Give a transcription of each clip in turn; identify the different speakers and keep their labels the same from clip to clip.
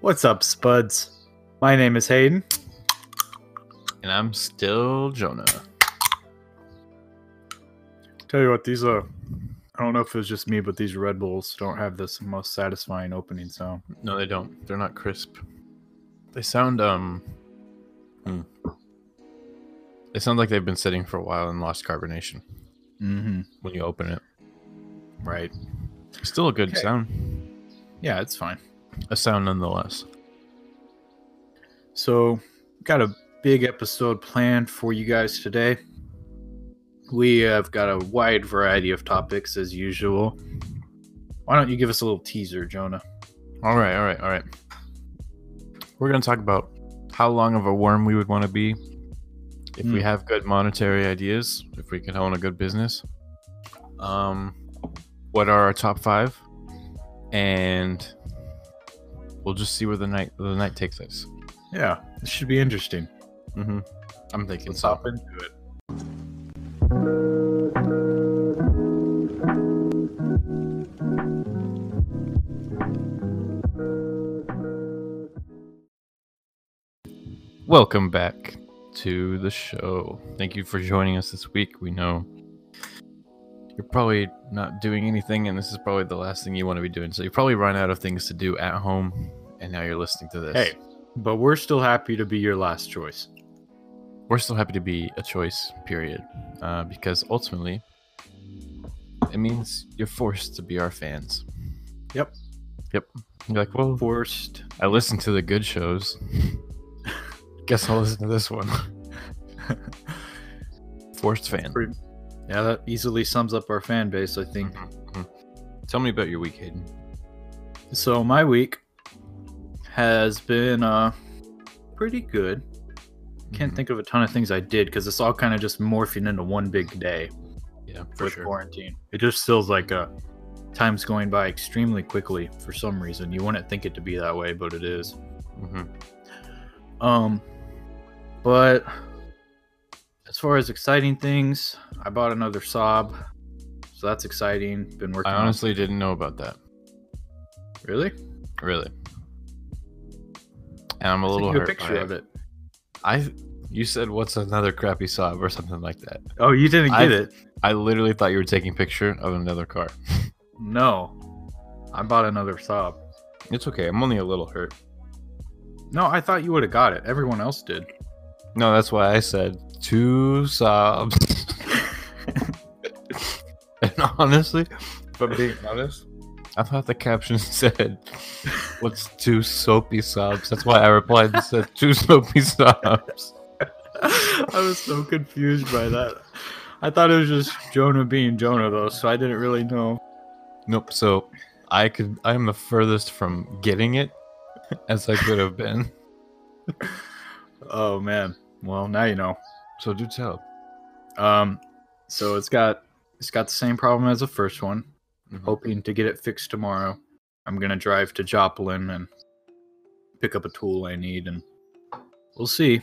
Speaker 1: What's up, Spuds? My name is Hayden.
Speaker 2: And I'm still Jonah.
Speaker 1: Tell you what, these uh, I don't know if it was just me, but these Red Bulls don't have this most satisfying opening sound.
Speaker 2: No, they don't. They're not crisp. They sound um. Hmm. They sound like they've been sitting for a while and lost carbonation
Speaker 1: Mm-hmm.
Speaker 2: when you open it.
Speaker 1: Right.
Speaker 2: Still a good
Speaker 1: Okay.
Speaker 2: sound.
Speaker 1: Yeah, it's fine.
Speaker 2: A sound nonetheless.
Speaker 1: So, got a big episode planned for you guys today. We have got a wide variety of topics as usual. Why don't you give us a little teaser, Jonah?
Speaker 2: All right, all right, all right. We're going to talk about how long of a worm we would want to be if we
Speaker 1: Hmm.
Speaker 2: have good monetary ideas, if we could own a good business. Um, what are our top five? And we'll just see where the night the night takes us.
Speaker 1: Yeah, this should be interesting.
Speaker 2: Mm-hmm. I'm thinking
Speaker 1: Let's
Speaker 2: so.
Speaker 1: hop into it.
Speaker 2: Welcome back to the show. Thank you for joining us this week. We know you're probably not doing anything, and this is probably the last thing you want to be doing. So you probably run out of things to do at home, and now you're listening to this.
Speaker 1: Hey, but we're still happy to be your last choice.
Speaker 2: we're still happy to be a choice, period, uh, because ultimately it means you're forced to be our fans.
Speaker 1: Yep.
Speaker 2: Yep. You're like, well,
Speaker 1: Forced.
Speaker 2: I listened to the good shows. Guess I'll listen to this one. forced fan.
Speaker 1: Pretty- Yeah, that easily sums up our fan base, I think.
Speaker 2: Mm-hmm. Tell me about your week, Hayden. Mm-hmm.
Speaker 1: So my week has been uh pretty good.
Speaker 2: Mm-hmm.
Speaker 1: Can't think of a ton of things I did because it's all kind of just morphing into one big day
Speaker 2: Yeah, for
Speaker 1: with
Speaker 2: sure.
Speaker 1: quarantine. It just feels like uh time's going by extremely quickly for some reason. You wouldn't think it to be that way, but it is.
Speaker 2: Mhm.
Speaker 1: Um, but as far as exciting things, I bought another Saab, so that's exciting. Been working.
Speaker 2: I
Speaker 1: on-
Speaker 2: honestly didn't know about that,
Speaker 1: really.
Speaker 2: really. And I'm a
Speaker 1: Sent
Speaker 2: little
Speaker 1: you
Speaker 2: hurt.
Speaker 1: a picture
Speaker 2: by
Speaker 1: of it.
Speaker 2: I, you said what's another crappy sob or something like that.
Speaker 1: Oh, you didn't get
Speaker 2: I've-
Speaker 1: it.
Speaker 2: I literally thought you were taking picture of another car.
Speaker 1: No, I bought another Saab.
Speaker 2: It's okay. I'm only a little hurt.
Speaker 1: No, I thought you would have got it. Everyone else did.
Speaker 2: No, that's why I said two sobs. and honestly, if I'm being honest, I thought the caption said, "What's two soapy sobs?" That's why I replied and said two soapy sobs.
Speaker 1: I was so confused by that. I thought it was just Jonah being Jonah though, so I didn't really know.
Speaker 2: Nope. So I could. I am the furthest from getting it as I could have been.
Speaker 1: Oh man. Well, now you know.
Speaker 2: So do tell.
Speaker 1: Um, so it's got it's got the same problem as the first one.
Speaker 2: Mhm.
Speaker 1: Hoping to get it fixed tomorrow. I'm gonna drive to Joplin and pick up a tool I need, and we'll see.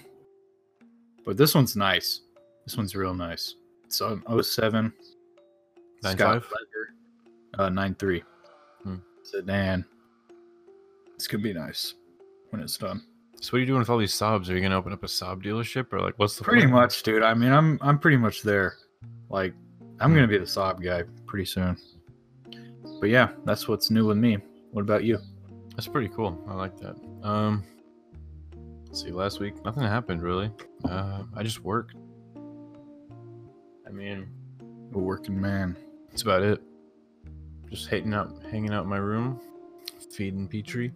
Speaker 1: But this one's nice. This one's real nice. It's on 07. It's
Speaker 2: Nine
Speaker 1: got
Speaker 2: five?
Speaker 1: leather- Uh, nine three.
Speaker 2: Hmm.
Speaker 1: Sedan. It's gonna be nice when it's done.
Speaker 2: So what are you doing with all these sobs? Are you gonna open up a sob dealership or like what's the
Speaker 1: Pretty
Speaker 2: plan?
Speaker 1: much, dude. I mean, I'm I'm pretty much there. Like, I'm
Speaker 2: Hmm.
Speaker 1: gonna be the sob guy pretty soon. But yeah, that's what's new with me. What about you?
Speaker 2: That's pretty cool. I like that. Um, let's see. Last week, nothing happened really. Uh, I just worked. I mean,
Speaker 1: A working man.
Speaker 2: that's about it. Just hating out, hanging out in my room, feeding Petrie,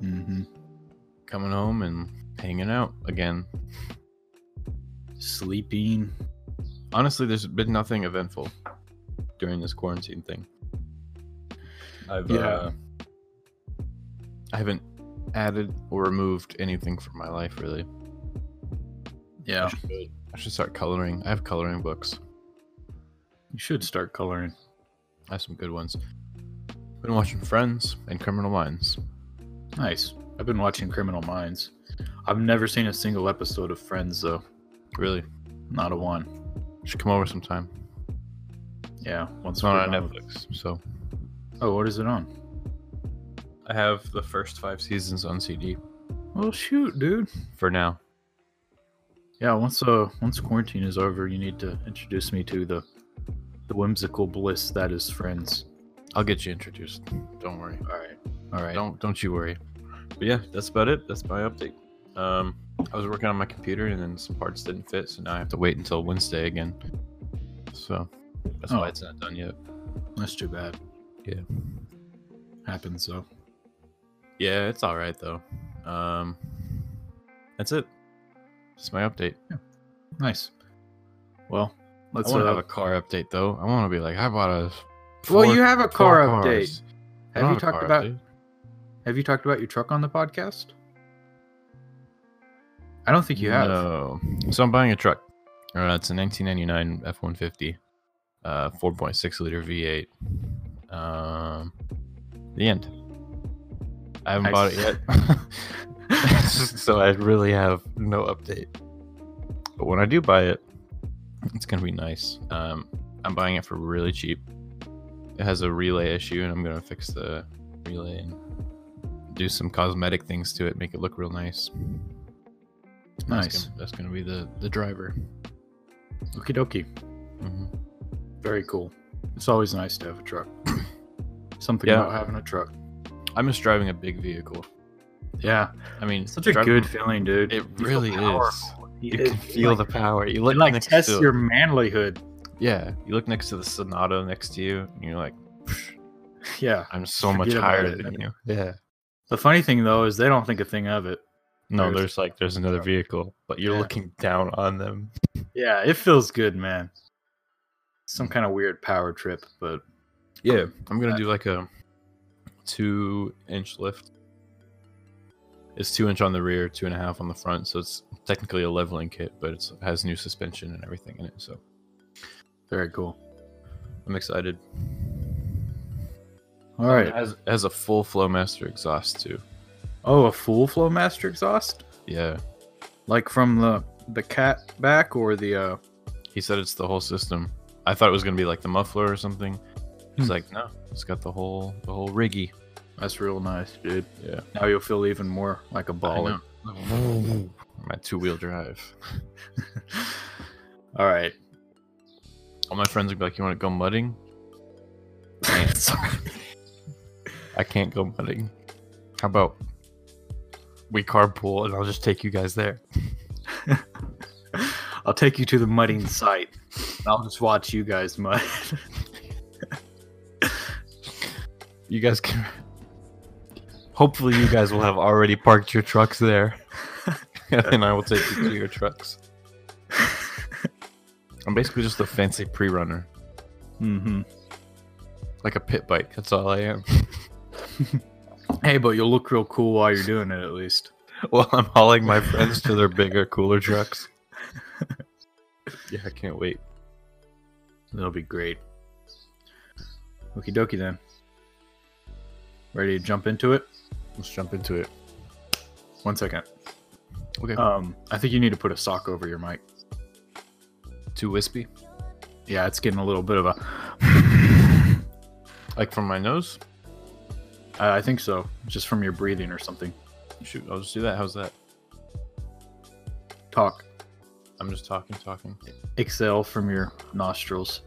Speaker 1: Mm-hmm.
Speaker 2: coming home and hanging out again.
Speaker 1: Sleeping.
Speaker 2: Honestly, there's been nothing eventful during this quarantine thing. I've
Speaker 1: Yeah.
Speaker 2: uh, I haven't added or removed anything from my life really. I
Speaker 1: Yeah.
Speaker 2: should, I should start coloring. I have coloring books.
Speaker 1: You should start coloring.
Speaker 2: I have some good ones. Been watching Friends and Criminal Minds.
Speaker 1: Nice. I've been watching Criminal Minds. I've never seen a single episode of Friends though.
Speaker 2: Really,
Speaker 1: Not a one.
Speaker 2: should come over sometime.
Speaker 1: Yeah. Once
Speaker 2: It's not
Speaker 1: we're
Speaker 2: on
Speaker 1: done with-
Speaker 2: Netflix, so
Speaker 1: Oh, what is it on?
Speaker 2: I have the first five seasons on CD
Speaker 1: Well, shoot, dude.
Speaker 2: for now.
Speaker 1: Yeah, once uh once quarantine is over, you need to introduce me to the the whimsical bliss that is friends.
Speaker 2: I'll get you introduced. Don't worry.
Speaker 1: All right, all right.
Speaker 2: Don't don't you worry. But yeah, that's about it. That's my update. Um, I was working on my computer and then some parts didn't fit, so now I have to wait until Wednesday again. So that's
Speaker 1: Oh.
Speaker 2: why it's not done yet.
Speaker 1: That's too bad.
Speaker 2: Yeah.
Speaker 1: happens though.
Speaker 2: Yeah, it's all right though. Um, that's it. That's my update.
Speaker 1: Nice. Well, let's
Speaker 2: I want to
Speaker 1: uh,
Speaker 2: have a car update though. I want to be like, I bought a.
Speaker 1: well,
Speaker 2: four-
Speaker 1: you have a
Speaker 2: four
Speaker 1: car
Speaker 2: cars."
Speaker 1: update.
Speaker 2: I
Speaker 1: Have
Speaker 2: don't
Speaker 1: you
Speaker 2: a
Speaker 1: talked
Speaker 2: car
Speaker 1: about
Speaker 2: update.
Speaker 1: Have you talked about your truck on the podcast? I don't think you have.
Speaker 2: No. So I'm buying a truck. Uh, it's a 1999 F150, uh, 4.6 liter V8. Um, the end. I haven't bought it
Speaker 1: Nice.
Speaker 2: yet, so I really have no update. But when I do buy it, it's gonna be nice. Um, I'm buying it for really cheap. It has a relay issue, and I'm gonna fix the relay and do some cosmetic things to it, make it look real nice.
Speaker 1: Nice.
Speaker 2: That's gonna, that's gonna be the the driver. Mm-hmm.
Speaker 1: Okie dokie. Very cool. It's always nice to have a truck. Something
Speaker 2: Yeah.
Speaker 1: about having a truck.
Speaker 2: I miss driving a big vehicle.
Speaker 1: Yeah,
Speaker 2: I mean,
Speaker 1: such a
Speaker 2: driving-
Speaker 1: good feeling, dude.
Speaker 2: It
Speaker 1: You feel
Speaker 2: really is.
Speaker 1: powerful.
Speaker 2: You can feel
Speaker 1: like,
Speaker 2: the power. You
Speaker 1: It
Speaker 2: look
Speaker 1: like
Speaker 2: next
Speaker 1: tests
Speaker 2: to
Speaker 1: your manlyhood.
Speaker 2: yeah. You look next to the Sonata next to you, and you're like,
Speaker 1: Yeah.
Speaker 2: I'm so much
Speaker 1: Forget about
Speaker 2: higher
Speaker 1: it.
Speaker 2: than you. Yeah.
Speaker 1: The funny thing though is they don't think a thing of it.
Speaker 2: No,
Speaker 1: There's-
Speaker 2: there's, like there's another vehicle, but you're
Speaker 1: Yeah.
Speaker 2: looking down on them.
Speaker 1: Yeah, it feels good, man. Some kind of weird power trip, but
Speaker 2: Yeah, I'm
Speaker 1: Uh,
Speaker 2: gonna do like a two inch lift. It's two inch on the rear, two and a half on the front, so it's technically a leveling kit, but it's, it has new suspension and everything in it. So
Speaker 1: very cool.
Speaker 2: I'm excited.
Speaker 1: All
Speaker 2: It
Speaker 1: right.
Speaker 2: has, it has a full Flowmaster exhaust too.
Speaker 1: Oh, a full flow master exhaust,
Speaker 2: Yeah,
Speaker 1: like from the the cat back or the uh
Speaker 2: he said it's the whole system. I thought it was gonna be like the muffler or something. He's
Speaker 1: Hmm.
Speaker 2: like, no, it's got the whole the whole riggy.
Speaker 1: That's real nice, dude.
Speaker 2: Yeah.
Speaker 1: Now you'll feel even more like a baller.
Speaker 2: My two wheel drive.
Speaker 1: All right.
Speaker 2: All my friends would be like, you want to go mudding?
Speaker 1: Sorry.
Speaker 2: I can't go mudding. How about we carpool and I'll just take you guys there?
Speaker 1: I'll take you to the mudding site. and I'll just watch you guys mud.
Speaker 2: You guys can. Hopefully, you guys will have already parked your trucks there, and I will take you to your trucks. I'm basically just a fancy pre-runner,
Speaker 1: mm-hmm.
Speaker 2: like a pit bike. That's all I am.
Speaker 1: Hey, but you'll look real cool while you're doing it, at least.
Speaker 2: Well, I'm hauling my friends to their bigger, cooler trucks. Yeah, I can't wait.
Speaker 1: That'll be great. Okie dokie then. Ready to jump into it?
Speaker 2: Let's jump into it.
Speaker 1: One second.
Speaker 2: Okay.
Speaker 1: Um, I think you need to put a sock over your mic.
Speaker 2: Too wispy,
Speaker 1: Yeah, it's getting a little bit of a.
Speaker 2: like from my nose.
Speaker 1: I I think so, just from your breathing or something.
Speaker 2: Shoot, I'll just do that. How's that?
Speaker 1: Talk.
Speaker 2: I'm just talking, talking.
Speaker 1: exhale from your nostrils.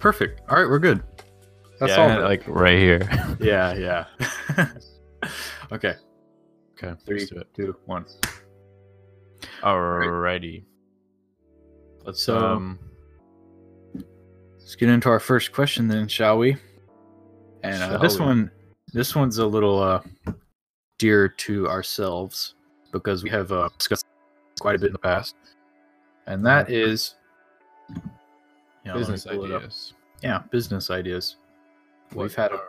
Speaker 1: Perfect. All right, we're good. That's
Speaker 2: yeah, I
Speaker 1: all.
Speaker 2: had it,
Speaker 1: man.
Speaker 2: like right here.
Speaker 1: yeah, yeah. okay,
Speaker 2: okay,
Speaker 1: three,
Speaker 2: let's do it.
Speaker 1: two, one.
Speaker 2: Alrighty. Let's
Speaker 1: So-
Speaker 2: um
Speaker 1: Let's get into our first question then, shall we? And uh,
Speaker 2: Shall
Speaker 1: this
Speaker 2: we?
Speaker 1: one, this one's a little uh, dear to ourselves because we have uh, discussed quite a bit in the past, and that is yeah, let me
Speaker 2: business
Speaker 1: pull it up.
Speaker 2: ideas.
Speaker 1: Yeah, business ideas.
Speaker 2: What
Speaker 1: We've had a-
Speaker 2: are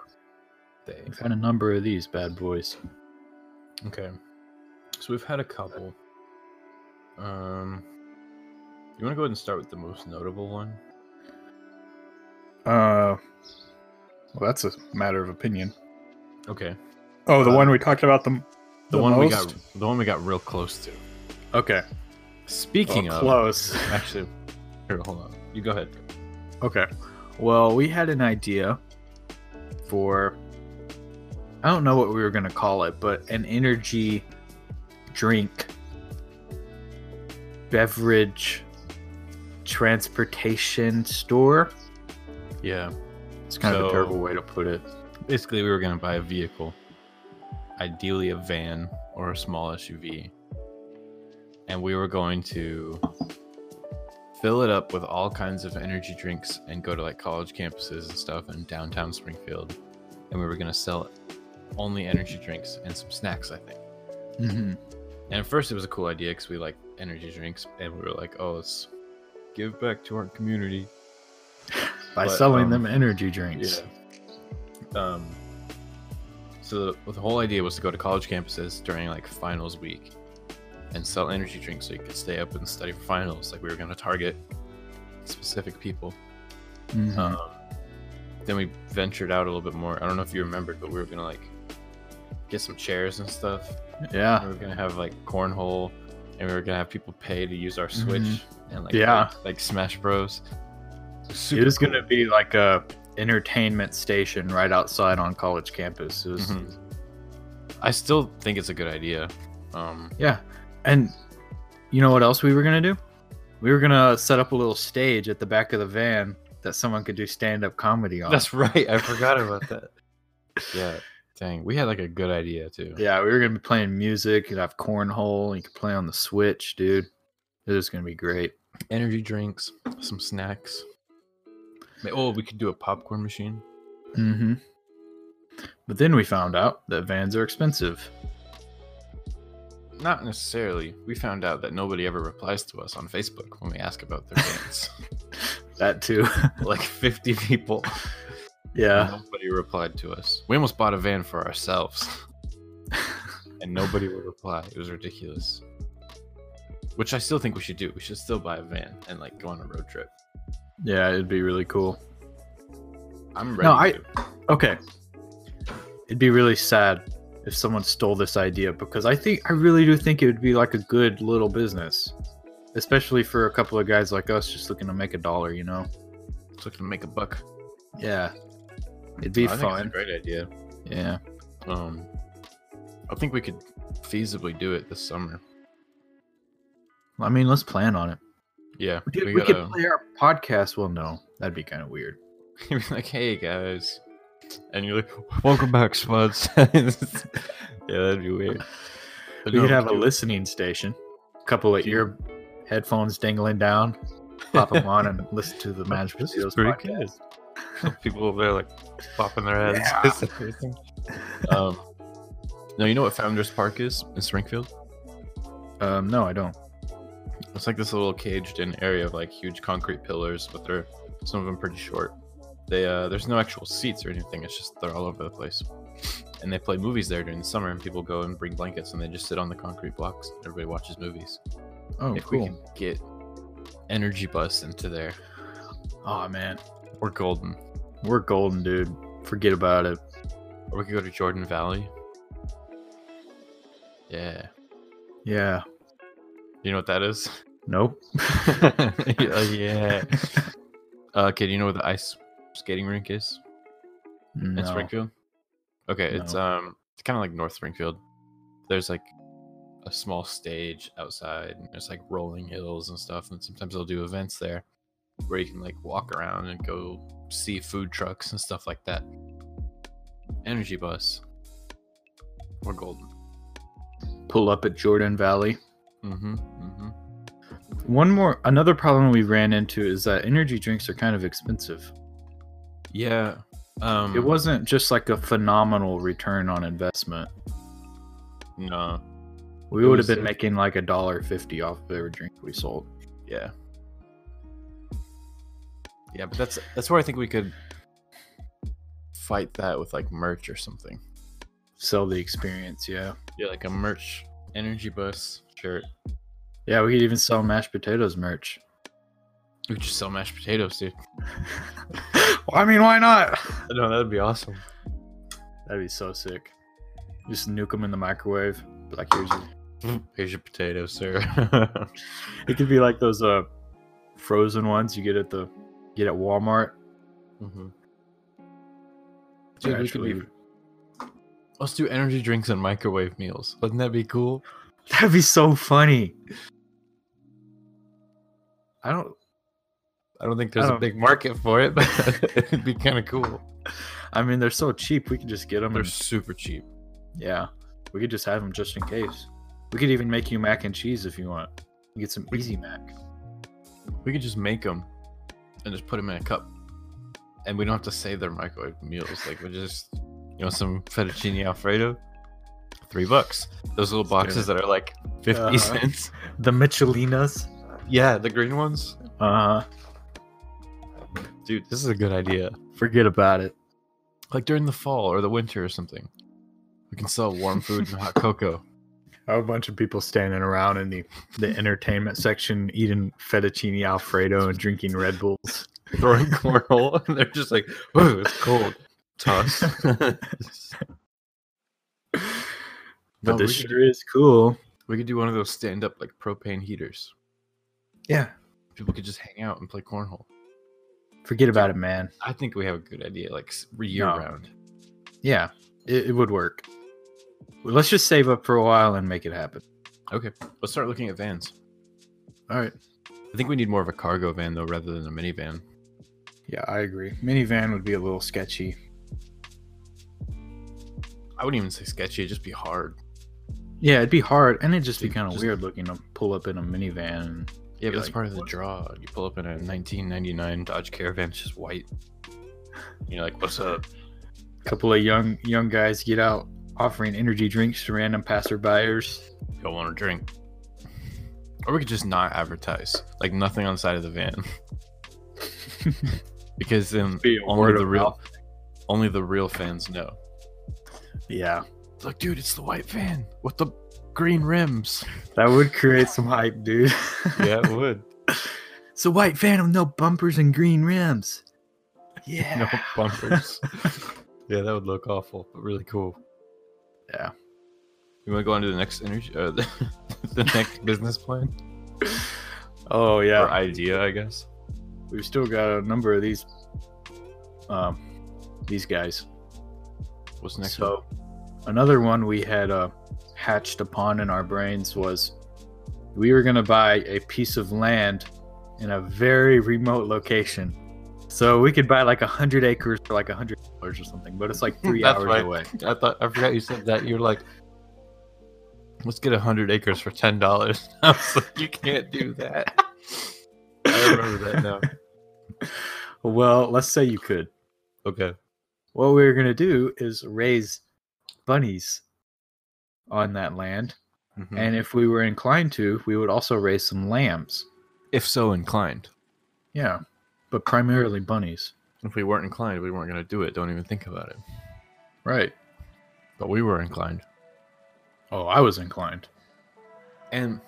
Speaker 2: they?
Speaker 1: We've had a number of these bad boys.
Speaker 2: Okay. So we've had a couple. Um you wanna go ahead and start with the most notable one?
Speaker 1: Uh, well, that's a matter of opinion.
Speaker 2: Okay.
Speaker 1: Oh, the
Speaker 2: Uh,
Speaker 1: one we talked about the the,
Speaker 2: The, one we got
Speaker 1: most?
Speaker 2: the one we got real close to.
Speaker 1: Okay,
Speaker 2: Speaking
Speaker 1: well,
Speaker 2: of
Speaker 1: close.
Speaker 2: actually here, hold on. You go ahead.
Speaker 1: Okay, well, we had an idea for I don't know what we were gonna call it, but an energy drink beverage transportation store.
Speaker 2: Yeah.
Speaker 1: It's kind of a
Speaker 2: So-
Speaker 1: terrible way to put it.
Speaker 2: Basically, we were going to buy a vehicle, ideally a van or a small SUV. And we were going to fill it up with all kinds of energy drinks and go to like college campuses and stuff in downtown Springfield. And we were going to sell only energy drinks and some snacks, I think.
Speaker 1: Mm-hmm.
Speaker 2: And at first, it was a cool idea because we like energy drinks, and we were like, "Oh, let's give back to our community."
Speaker 1: By
Speaker 2: But,
Speaker 1: selling
Speaker 2: um,
Speaker 1: them energy drinks.
Speaker 2: Um. So the, the whole idea was to go to college campuses during like finals week, and sell energy drinks so you could stay up and study for finals. Like we were going to target specific people.
Speaker 1: Mhm.
Speaker 2: Um, then we ventured out a little bit more. I don't know if you remembered, but we were going to like get some chairs and stuff
Speaker 1: yeah.
Speaker 2: we were gonna have like cornhole, and we were gonna have people pay to use our Switch and like
Speaker 1: Mm-hmm. Yeah.
Speaker 2: play, like Smash Bros.
Speaker 1: It was gonna be like a entertainment station right outside on college campus. It was-
Speaker 2: Mhm. I still think it's a good idea. Um,
Speaker 1: Yeah. And you know what else we were going to do? We were going to set up a little stage at the back of the van that someone could do stand up comedy on.
Speaker 2: that's right. I forgot about that. yeah. Dang, we had like a good idea too.
Speaker 1: yeah, we were going to be playing music. You'd have cornhole. You could play on the Switch, dude. It was going to be great.
Speaker 2: Energy drinks, some snacks. Ma- Oh, we could do a popcorn machine.
Speaker 1: hmm But then we found out that vans are expensive.
Speaker 2: Not necessarily. We found out that nobody ever replies to us on Facebook when we ask about their dance.
Speaker 1: That too.
Speaker 2: like 50 people.
Speaker 1: yeah.
Speaker 2: Nobody replied to us. We almost bought a van for ourselves. and nobody would reply. It was ridiculous. Which I still think we should do. We should still buy a van and like go on a road trip.
Speaker 1: Yeah, it'd be really cool.
Speaker 2: I'm ready.
Speaker 1: No, I-
Speaker 2: to.
Speaker 1: Okay. It'd be really sad if someone stole this idea because I think I really do think it would be like a good little business. Especially for a couple of guys like us just looking to make a dollar, you know?
Speaker 2: Just looking to make a buck.
Speaker 1: Yeah. It'd be
Speaker 2: I think it's a
Speaker 1: fun.
Speaker 2: great idea.
Speaker 1: Yeah.
Speaker 2: Um, I think we could feasibly do it this summer.
Speaker 1: I mean, let's plan on it.
Speaker 2: Yeah,
Speaker 1: Dude, we,
Speaker 2: we uh,
Speaker 1: could
Speaker 2: gotta
Speaker 1: play our podcast. Well, no, that'd be kind of weird.
Speaker 2: be like, "Hey guys," and you're like, "Welcome back, Spuds." yeah, that'd be weird. But
Speaker 1: We
Speaker 2: no,
Speaker 1: could have a
Speaker 2: do it.
Speaker 1: listening station, a couple of
Speaker 2: Dude.
Speaker 1: ear headphones dangling down, pop them on and listen to the Magic
Speaker 2: This
Speaker 1: Potatoes
Speaker 2: is pretty
Speaker 1: podcast.
Speaker 2: good. people over there like popping their heads. um, no, you know what Founders Park is in Springfield?
Speaker 1: Um, no, I don't.
Speaker 2: It's like this little caged-in area of like huge concrete pillars, but they're some of them pretty short. They uh, there's no actual seats or anything. It's just they're all over the place, and they play movies there during the summer. And people go and bring blankets and they just sit on the concrete blocks. Everybody watches movies.
Speaker 1: Oh,
Speaker 2: if we
Speaker 1: cool.
Speaker 2: can get energy bus into there,
Speaker 1: Oh man,
Speaker 2: we're golden.
Speaker 1: We're golden, dude. Forget about it.
Speaker 2: Or we could go to Jordan Valley. Yeah.
Speaker 1: Yeah.
Speaker 2: You know what that is?
Speaker 1: Nope.
Speaker 2: yeah. Uh, okay, do you know where the ice skating rink is in
Speaker 1: No.
Speaker 2: Springfield? Okay, it's
Speaker 1: No.
Speaker 2: um, it's kind of like North Springfield. There's like a small stage outside, and there's like rolling hills and stuff, and sometimes they'll do events there where you can like walk around and go see food trucks and stuff like that. Energy bus. We're golden.
Speaker 1: Pull up at Jordan Valley.
Speaker 2: Mm-hmm. Mm-hmm.
Speaker 1: One more, another problem we ran into is that energy drinks are kind of expensive.
Speaker 2: Yeah. Um,
Speaker 1: It wasn't just like a phenomenal return on investment.
Speaker 2: no.
Speaker 1: We
Speaker 2: It
Speaker 1: would have
Speaker 2: was-
Speaker 1: been making like a dollar fifty off of every drink we sold.
Speaker 2: Yeah. Yeah, but that's that's where I think we could fight that with like merch or something.
Speaker 1: Sell the experience, yeah.
Speaker 2: Yeah, like a merch energy bus shirt.
Speaker 1: Yeah, we could even sell mashed potatoes merch.
Speaker 2: We could just sell mashed potatoes, dude.
Speaker 1: I mean, why not?
Speaker 2: No, that'd be awesome.
Speaker 1: That'd be so sick. Just nuke them in the microwave. But like, here's your-
Speaker 2: Here's your potato, sir.
Speaker 1: it could be like those uh frozen ones you get at the get at Walmart.
Speaker 2: Mhm.
Speaker 1: They're
Speaker 2: Dude, we could be-
Speaker 1: actually-
Speaker 2: Let's do energy drinks and microwave meals. Wouldn't that be cool?
Speaker 1: That'd be so funny. I don't.
Speaker 2: I don't think there's a
Speaker 1: don't-
Speaker 2: big market for it, but it'd be kind of cool.
Speaker 1: I mean, they're so cheap. We could just get them.
Speaker 2: They're super cheap.
Speaker 1: yeah, we could just have them just in case. We could even make you mac and cheese if you want. You get some easy mac.
Speaker 2: We could just make them and just put them in a cup, and we don't have to say they're microwave meals. Like we just, you know, some fettuccine alfredo, three bucks. Those little
Speaker 1: Let's do
Speaker 2: boxes that are like 50
Speaker 1: Uh-huh.
Speaker 2: cents.
Speaker 1: The Michelinas.
Speaker 2: Yeah, the green ones.
Speaker 1: Uh,
Speaker 2: Dude, this is a good idea.
Speaker 1: forget about it.
Speaker 2: Like during the fall or the winter or something, we can sell warm food and hot cocoa.
Speaker 1: A bunch of people standing around in the, the entertainment section eating fettuccine alfredo and drinking Red Bulls.
Speaker 2: throwing cornhole, and they're just like, "Ooh, it's cold." Toss.
Speaker 1: But
Speaker 2: No,
Speaker 1: this
Speaker 2: we could
Speaker 1: sure is cool.
Speaker 2: We could do one of those stand-up like propane heaters.
Speaker 1: Yeah.
Speaker 2: People could just hang out and play cornhole.
Speaker 1: Forget about it, man.
Speaker 2: I think we have a good idea, like s- year
Speaker 1: No.
Speaker 2: round.
Speaker 1: Yeah, it, it would work. Well, let's just save up for a while and make it happen.
Speaker 2: Okay, let's start looking at vans.
Speaker 1: All right.
Speaker 2: I think we need more of a cargo van though, rather than a minivan.
Speaker 1: Yeah, I agree. Minivan would be a little sketchy.
Speaker 2: I wouldn't even say sketchy; it'd just be hard.
Speaker 1: Yeah, it'd be hard, and it'd just be
Speaker 2: Dude,
Speaker 1: kind of
Speaker 2: just-
Speaker 1: weird looking to pull up in a minivan. and-
Speaker 2: Yeah, but
Speaker 1: Yeah,
Speaker 2: that's
Speaker 1: like-
Speaker 2: part of the draw. You pull up in a 1999 Dodge Caravan, it's just white. You're like, "What's up?"
Speaker 1: couple of young young guys get out offering energy drinks to random passerbyers.
Speaker 2: Y'all want a drink? Or we could just not advertise, like nothing on the side of the van, because then
Speaker 1: Be a
Speaker 2: only
Speaker 1: word
Speaker 2: the
Speaker 1: of
Speaker 2: real,
Speaker 1: mouth.
Speaker 2: only the real fans know.
Speaker 1: Yeah,
Speaker 2: Like, dude, it's the white van with the green rims.
Speaker 1: that would create some hype, dude.
Speaker 2: it would.
Speaker 1: it's a white van with no bumpers and green rims. Yeah.
Speaker 2: No bumpers. yeah, that would look awful, but really cool.
Speaker 1: Yeah.
Speaker 2: You want to go on to the next energy, uh, the, the next business plan
Speaker 1: Oh yeah.
Speaker 2: or idea, I guess.
Speaker 1: We've still got a number of these. Um, these guys.
Speaker 2: What's next? one?
Speaker 1: so, another one we had uh, hatched upon in our brains was we were going to buy a piece of land in a very remote location. So we could buy like a hundred acres for like a hundred dollars or something, but it's like three
Speaker 2: That's
Speaker 1: hours
Speaker 2: right.
Speaker 1: away.
Speaker 2: I thought I forgot you said that. You're like, let's get hundred acres for ten dollars. I was like, you can't do that. I remember that now.
Speaker 1: Well, let's say you could.
Speaker 2: Okay.
Speaker 1: What we were going to do is raise bunnies on that land,
Speaker 2: And
Speaker 1: and if we were inclined to, we would also raise some lambs.
Speaker 2: if so inclined,
Speaker 1: Yeah, but primarily bunnies.
Speaker 2: if we weren't inclined, we weren't gonna do it. Don't even think about it.
Speaker 1: Right.
Speaker 2: But we were inclined.
Speaker 1: Oh, I was inclined.
Speaker 2: And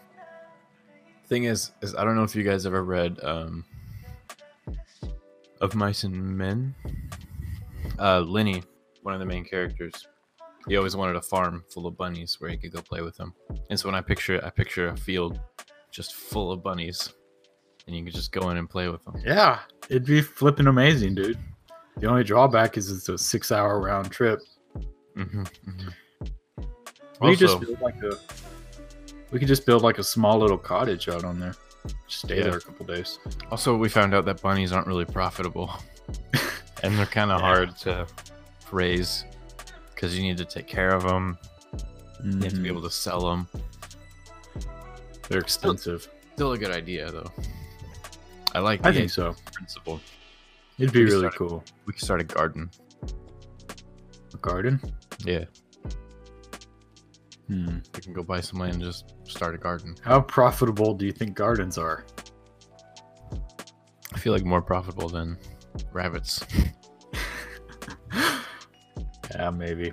Speaker 2: thing is, is I don't know if you guys ever read um, of Mice and Men. Uh, Lenny, one of the main characters, he always wanted a farm full of bunnies where he could go play with them. And so when I picture it, I picture a field just full of bunnies, and you could just go in and play with them.
Speaker 1: Yeah, it'd be flipping amazing, dude. The only drawback is it's a six-hour round trip.
Speaker 2: Mm-hmm,
Speaker 1: We could just
Speaker 2: Also-
Speaker 1: build like a, we could just build like a small little cottage out on there. Just stay
Speaker 2: Yeah.
Speaker 1: there a couple days.
Speaker 2: Also, we found out that bunnies aren't really profitable, and they're kind of hard to raise because you need to take care of them. You have to be able to sell them.
Speaker 1: Mm-hmm. They're expensive.
Speaker 2: Still a good idea, though. I like the
Speaker 1: I think so.
Speaker 2: principle.
Speaker 1: It'd be
Speaker 2: We
Speaker 1: really
Speaker 2: started-
Speaker 1: cool.
Speaker 2: We could start a garden.
Speaker 1: A garden.
Speaker 2: Yeah,
Speaker 1: Hmm.
Speaker 2: we can go buy some land and just start a garden.
Speaker 1: How profitable do you think gardens are?
Speaker 2: I feel like more profitable than rabbits.
Speaker 1: Yeah, maybe.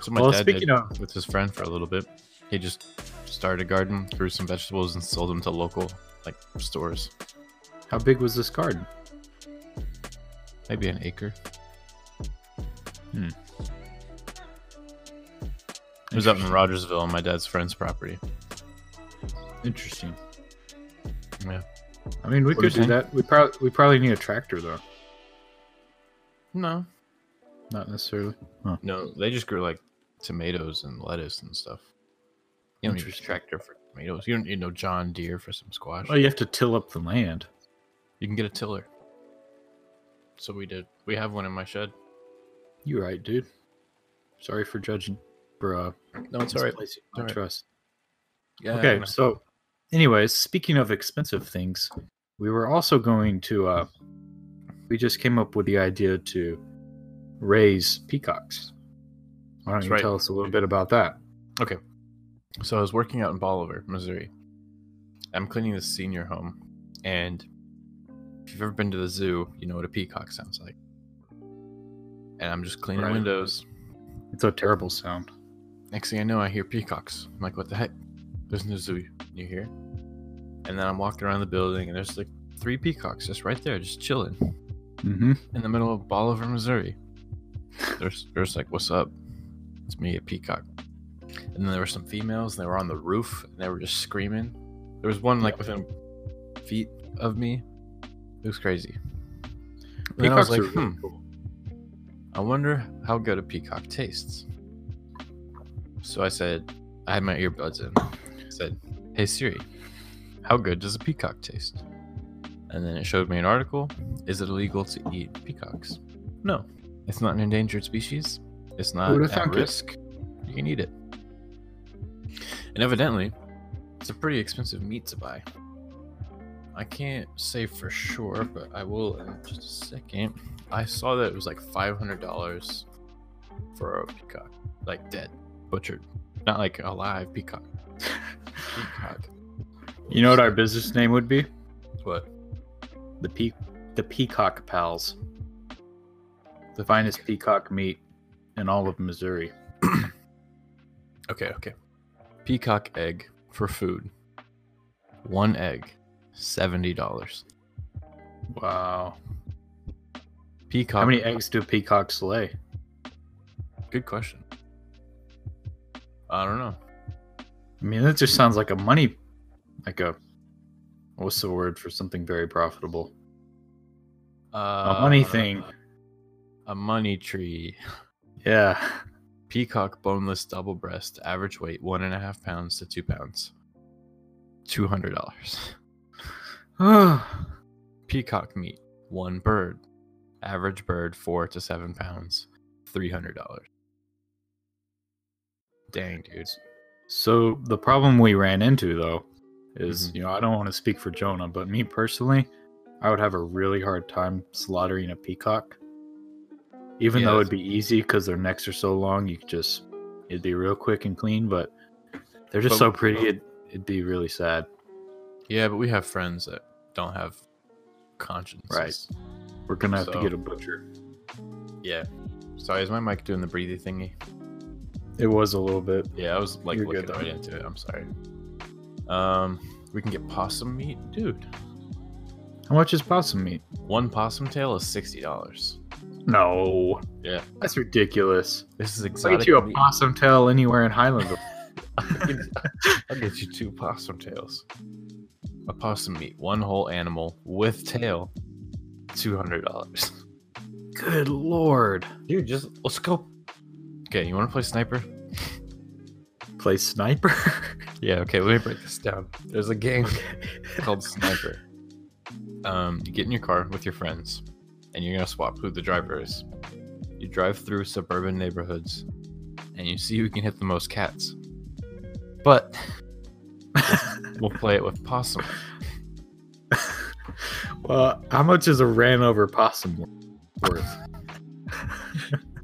Speaker 2: So my
Speaker 1: well,
Speaker 2: dad
Speaker 1: speaking
Speaker 2: did
Speaker 1: of,
Speaker 2: with his friend for a little bit. He just started a garden, grew some vegetables, and sold them to local like stores.
Speaker 1: how big was this garden?
Speaker 2: Maybe an acre.
Speaker 1: Hmm.
Speaker 2: It was up in Rogersville on my dad's friend's property.
Speaker 1: Interesting.
Speaker 2: Yeah.
Speaker 1: I mean, we
Speaker 2: What do you
Speaker 1: could do
Speaker 2: think?
Speaker 1: that. We probably we probably need a tractor though.
Speaker 2: No.
Speaker 1: Not necessarily.
Speaker 2: No, they just grew like tomatoes and lettuce and stuff. You don't need a
Speaker 1: Interesting.
Speaker 2: tractor for tomatoes. You don't need no John Deere for some squash.
Speaker 1: Well, you have to till up the land.
Speaker 2: You can get a tiller. So we did. We have one in my shed.
Speaker 1: You're right, dude. Sorry for judging, bruh.
Speaker 2: No, it's all right.
Speaker 1: Place
Speaker 2: all right.
Speaker 1: Trust.
Speaker 2: Yeah,
Speaker 1: okay,
Speaker 2: no.
Speaker 1: so, anyways, speaking of expensive things, we were also going to. uh We just came up with the idea to raise peacocks. Why don't
Speaker 2: That's
Speaker 1: you
Speaker 2: right.
Speaker 1: tell us a little bit about that?
Speaker 2: So I was working out in Bolivar, Missouri. I'm cleaning this senior home, and if you've ever been to the zoo, you know what a peacock sounds like. And I'm just cleaning
Speaker 1: Right.
Speaker 2: windows.
Speaker 1: It's a terrible sound.
Speaker 2: Next thing I know, I hear peacocks. I'm like, what the heck? There's no zoo near here. And then I'm walking around the building, and there's like three peacocks just right there, just chilling
Speaker 1: Mm-hmm.
Speaker 2: in the middle of Bolivar, Missouri. There's, there's like, what's up? It's me, a peacock. And then there were some females, and they were on the roof, and they were just screaming. There was one like within feet of me. It was crazy. And then I was
Speaker 1: Peacocks
Speaker 2: like,
Speaker 1: are really
Speaker 2: hmm,
Speaker 1: cool.
Speaker 2: I wonder how good a peacock tastes. So I said, I had my earbuds in. I said, Hey Siri, how good does a peacock taste? And then it showed me an article. Is it illegal to eat peacocks? No, it's not an endangered species. It's not
Speaker 1: would've
Speaker 2: at
Speaker 1: thunk it?
Speaker 2: risk. You can eat it. And evidently, it's a pretty expensive meat to buy. I can't say for sure, but I will in just a second. I saw that it was like five hundred dollars for a peacock, like dead, butchered, not like a live peacock. peacock.
Speaker 1: You know what our business name would be?
Speaker 2: What?
Speaker 1: The pe- the Peacock Pals. The finest peacock meat in all of Missouri.
Speaker 2: Okay, okay. Peacock egg for food. One egg, seventy dollars.
Speaker 1: Wow.
Speaker 2: Peacock.
Speaker 1: How many eggs do peacocks lay?
Speaker 2: Good question. I don't know.
Speaker 1: I mean, that just sounds like a money, like a, what's the word for something very profitable?
Speaker 2: Uh,
Speaker 1: a money thing.
Speaker 2: A money tree.
Speaker 1: Yeah.
Speaker 2: Peacock boneless double breast, average weight one and a half pounds to two pounds. Two hundred dollars.
Speaker 1: That's
Speaker 2: Peacock meat, one bird. Average bird four to seven pounds. Three hundred dollars. Dang dude.
Speaker 1: So the problem we ran into though is,
Speaker 2: Mm-hmm.
Speaker 1: you know, I don't want to speak for Jonah, but me personally, I would have a really hard time slaughtering a peacock. Even
Speaker 2: Yeah,
Speaker 1: though
Speaker 2: that's-
Speaker 1: it'd be easy because their necks are so long, you could just it'd be real quick and clean, but they're just
Speaker 2: But-
Speaker 1: so
Speaker 2: uh
Speaker 1: pretty, it'd, it'd be really sad.
Speaker 2: Yeah, but we have friends that don't have consciences.
Speaker 1: We're gonna have to
Speaker 2: So-
Speaker 1: get a butcher.
Speaker 2: Right. Yeah. Sorry, is my mic doing the breathy thingy?
Speaker 1: It was a little bit.
Speaker 2: Yeah, I was like
Speaker 1: You're
Speaker 2: looking
Speaker 1: good, though.
Speaker 2: right into it. I'm sorry. Um, we can get possum meat, dude.
Speaker 1: How much is possum meat?
Speaker 2: One possum tail is sixty dollars.
Speaker 1: No.
Speaker 2: Yeah.
Speaker 1: That's ridiculous.
Speaker 2: This is
Speaker 1: I'll
Speaker 2: exotic.
Speaker 1: get you a
Speaker 2: meat.
Speaker 1: possum tail anywhere in Highland.
Speaker 2: I'll get you two possum tails. A possum meat, one whole animal with tail, two hundred dollars.
Speaker 1: Good lord.
Speaker 2: Dude, just let's go. Okay, you want to play sniper?
Speaker 1: Play sniper.
Speaker 2: Yeah. Okay, let me break this down. There's a game called Sniper. Um, you get in your car with your friends, and you're gonna swap who the driver is. You drive through suburban neighborhoods, and you see who can hit the most cats. But we'll play it with possum.
Speaker 1: well, how much is a ran over possum worth?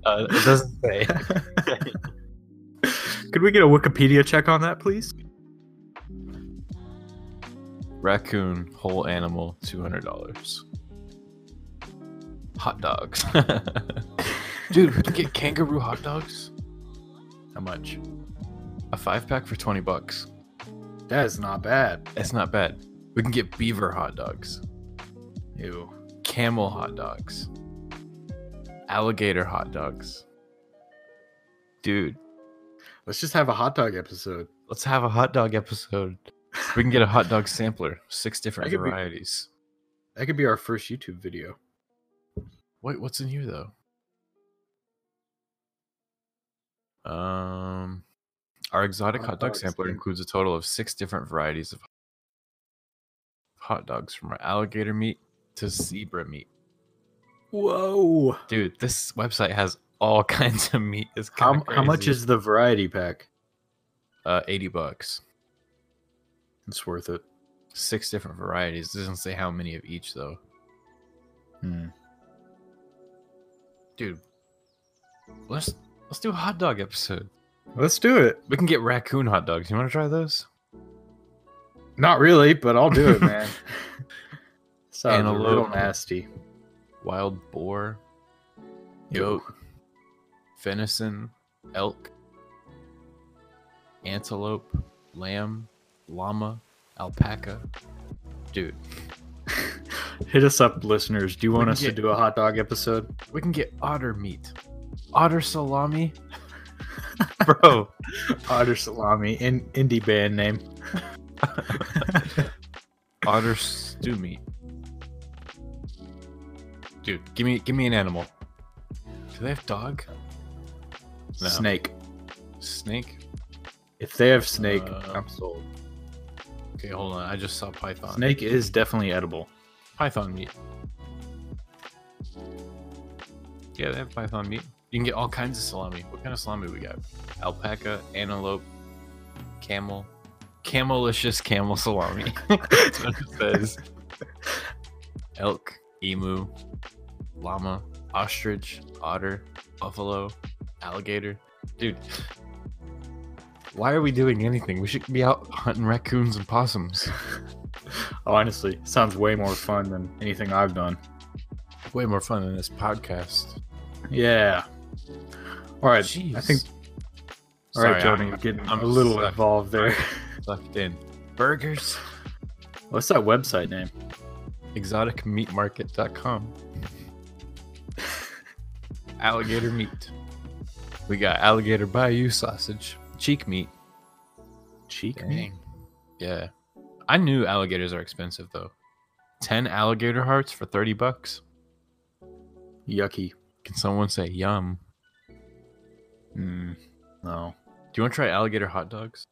Speaker 2: Uh, it doesn't say.
Speaker 1: Could we get a Wikipedia check on that, please?
Speaker 2: Raccoon, whole animal, two hundred dollars. Hot dogs, dude. We can get kangaroo hot dogs.
Speaker 1: How much?
Speaker 2: A five pack for twenty bucks.
Speaker 1: That is not bad.
Speaker 2: That's not bad. We can get beaver hot dogs,
Speaker 1: Ew.
Speaker 2: camel hot dogs, alligator hot dogs. Dude,
Speaker 1: Let's just have a hot dog episode.
Speaker 2: let's have a hot dog episode. We can get a hot dog sampler, six different
Speaker 1: could be-
Speaker 2: varieties.
Speaker 1: That could be our first YouTube video.
Speaker 2: Wait, what's in here though? Um, our exotic
Speaker 1: Hot
Speaker 2: hot dog
Speaker 1: dogs,
Speaker 2: sampler
Speaker 1: yeah.
Speaker 2: includes a total of six different varieties of hot dogs, from alligator meat to zebra meat.
Speaker 1: Whoa.
Speaker 2: Dude, this website has all kinds of meat. It's
Speaker 1: How,
Speaker 2: kinda
Speaker 1: how much
Speaker 2: crazy.
Speaker 1: is the variety pack?
Speaker 2: uh, eighty bucks?
Speaker 1: It's worth it.
Speaker 2: Six different varieties. It doesn't say how many of each though.
Speaker 1: Hmm.
Speaker 2: Dude, let's let's do a hot dog episode.
Speaker 1: Let's do it.
Speaker 2: We can get raccoon hot dogs. You want to try those?
Speaker 1: Not really, but I'll do it, man. Sounds a little
Speaker 2: Antelope.
Speaker 1: nasty.
Speaker 2: Wild boar, goat, venison, elk, antelope, lamb, llama, alpaca. Dude,
Speaker 1: Hit us up, listeners. Do you want
Speaker 2: can
Speaker 1: us to
Speaker 2: get-
Speaker 1: do a hot dog episode?
Speaker 2: we can get otter meat, otter salami. Bro,
Speaker 1: Otter salami, in, indie band name.
Speaker 2: otter stew meat. Dude, give me give me an animal. Do they have dog? No.
Speaker 1: Snake.
Speaker 2: Snake?
Speaker 1: If they have snake,
Speaker 2: Uh,
Speaker 1: I'm sold.
Speaker 2: Okay, hold on. I just saw python.
Speaker 1: Snake is definitely edible.
Speaker 2: Python meat. Yeah, they have python meat. You can get all kinds of salami. What kind of salami we got? Alpaca, antelope, camel, camelicious camel salami. That's what it says. Elk, emu, llama, ostrich, otter, buffalo, alligator. Dude, why are we doing anything? We should be out hunting raccoons and possums.
Speaker 1: Honestly, sounds way more fun than anything I've done.
Speaker 2: Way more fun than this podcast.
Speaker 1: Yeah. All right. I think.
Speaker 2: Jeez.
Speaker 1: All right,
Speaker 2: Sorry,
Speaker 1: Johnny,
Speaker 2: I'm-
Speaker 1: getting
Speaker 2: I'm
Speaker 1: a little
Speaker 2: sucked-
Speaker 1: involved there.
Speaker 2: sucked in. Burgers.
Speaker 1: What's that website name?
Speaker 2: Exoticmeatmarket.com. alligator meat. We got alligator bayou sausage, cheek meat.
Speaker 1: Cheek
Speaker 2: Dang. Yeah. I knew alligators are expensive though. 10 alligator hearts for 30 bucks.
Speaker 1: Yucky.
Speaker 2: Can someone say yum?
Speaker 1: Mm, no.
Speaker 2: Do you want to try alligator hot dogs?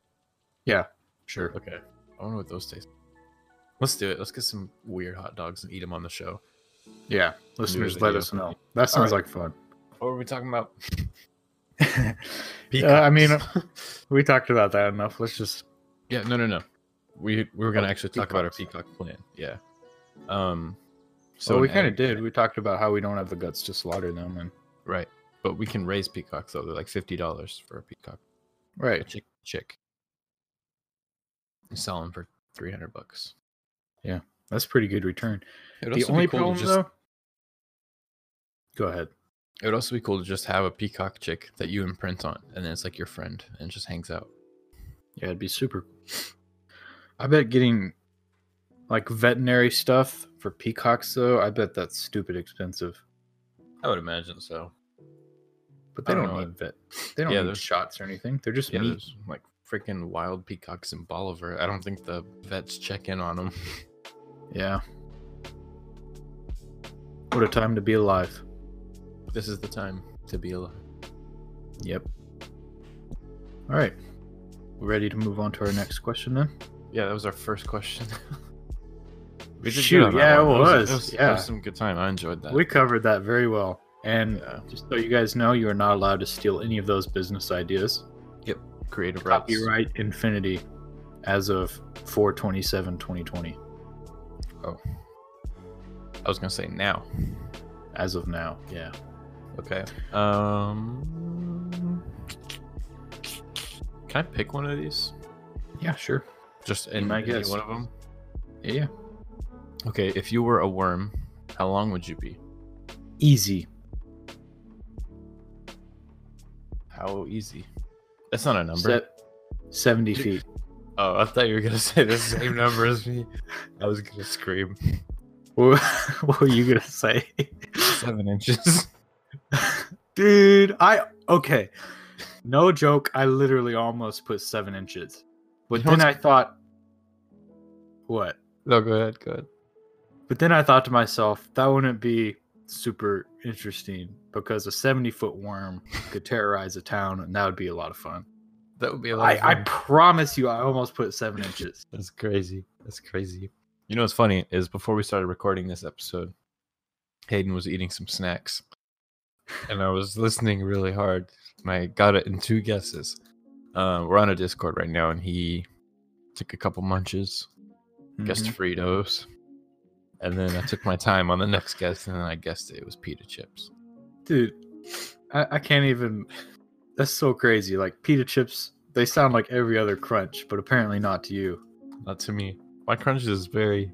Speaker 1: Sure.
Speaker 2: Okay. I wonder what those taste. Let's do it. Let's get some weird hot dogs and eat them on the show.
Speaker 1: Yeah. Listeners,
Speaker 2: Neither
Speaker 1: let
Speaker 2: do.
Speaker 1: us know. That sounds like fun.
Speaker 2: What were we talking about? Uh,
Speaker 1: Yeah, I mean,
Speaker 2: Peacocks.
Speaker 1: we talked about that enough. Let's just.
Speaker 2: yeah, no, no, no. We we were gonna
Speaker 1: Oh,
Speaker 2: actually talk about our peacock plan. Yeah. Um.
Speaker 1: So we
Speaker 2: an
Speaker 1: kind of
Speaker 2: egg-
Speaker 1: did. We talked about how we don't have the guts to slaughter them, and
Speaker 2: right, but we can raise peacocks though. They're like fifty dollars for a peacock, a
Speaker 1: right.
Speaker 2: chick, chick. You sell them for three hundred bucks.
Speaker 1: That's pretty good return.
Speaker 2: It'd
Speaker 1: The
Speaker 2: also be
Speaker 1: only
Speaker 2: cool to
Speaker 1: problem
Speaker 2: just,
Speaker 1: though. Go ahead.
Speaker 2: it would also be cool to just have a peacock chick that you imprint on, and then it's like your friend, and it just hangs out.
Speaker 1: Yeah, it'd be super. I bet getting like veterinary stuff for peacocks though. I bet that's stupid expensive.
Speaker 2: I would imagine so.
Speaker 1: But they
Speaker 2: I
Speaker 1: don't,
Speaker 2: don't know.
Speaker 1: need vet. They don't
Speaker 2: Yeah,
Speaker 1: need
Speaker 2: there's-
Speaker 1: shots or anything. They're just
Speaker 2: Yeah,
Speaker 1: meat.
Speaker 2: there's like freaking wild peacocks in Bolivar. I don't think the vets check in on them.
Speaker 1: Yeah. What a time to be alive.
Speaker 2: This is the time to be alive.
Speaker 1: Yep. All right. We ready to move on to our next question then?
Speaker 2: Yeah, that was our first question. did good
Speaker 1: Shoot,
Speaker 2: on that
Speaker 1: yeah, it
Speaker 2: one. That
Speaker 1: was,
Speaker 2: that that
Speaker 1: yeah.
Speaker 2: was some good time. I enjoyed that.
Speaker 1: We covered that very well. And
Speaker 2: Yeah.
Speaker 1: just so you guys know, you are not allowed to steal any of those business ideas.
Speaker 2: Creative rights.
Speaker 1: Copyright infinity as of 427 2020,
Speaker 2: I was gonna say now.
Speaker 1: as of now. Yeah.
Speaker 2: Okay. Um, can I pick one of these?
Speaker 1: Yeah, sure.
Speaker 2: Just in
Speaker 1: my
Speaker 2: any
Speaker 1: guess.
Speaker 2: one of them.
Speaker 1: Yeah.
Speaker 2: Okay, if you were a worm, how long would you be?
Speaker 1: Easy.
Speaker 2: How easy? That's not a number.
Speaker 1: Se- 70
Speaker 2: Dude.
Speaker 1: feet.
Speaker 2: Oh, I thought you were gonna say the same number as me. I was gonna scream.
Speaker 1: What what were you going to say?
Speaker 2: Seven inches.
Speaker 1: Dude, I. Okay. No joke. I literally almost put seven inches. But
Speaker 2: You know
Speaker 1: then I
Speaker 2: what's-
Speaker 1: thought, what?
Speaker 2: No, go ahead. Go ahead.
Speaker 1: But then I thought to myself, that wouldn't be super interesting because a 70 foot worm could terrorize a town, and that would be a lot of fun.
Speaker 2: That would be a lot. of
Speaker 1: I, I
Speaker 2: fun.
Speaker 1: promise you, I almost put seven inches.
Speaker 2: That's crazy. That's crazy. You know what's funny is before we started recording this episode, Hayden was eating some snacks, and I was listening really hard. And I got it in two guesses. Uh, we're on a Discord right now, and he took a couple munches, guessed
Speaker 1: Mhm.
Speaker 2: Fritos, and then I took my time on the next guess, and then I guessed it was pita chips.
Speaker 1: Dude, I, I can't even. That's so crazy. Like pita chips, they sound like every other crunch, but apparently not to you.
Speaker 2: Not to me. My crunch is very.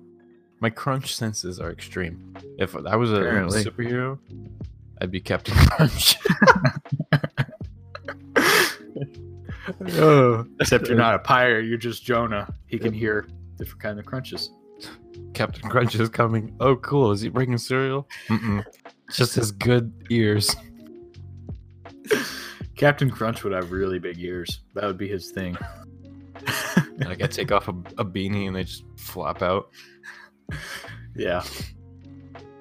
Speaker 2: My crunch senses are extreme. If I was a
Speaker 1: Apparently.
Speaker 2: superhero, I'd be Captain Crunch.
Speaker 1: oh, except you're not a pirate. You're just Jonah. He can hear different kind of crunches.
Speaker 2: Captain Crunch is coming. Oh, cool. Is he bringing cereal? Mm-mm. Just his good ears.
Speaker 1: Captain Crunch would have really big ears. That would be his thing.
Speaker 2: Like I take off a, a beanie and they just flop out.
Speaker 1: Yeah.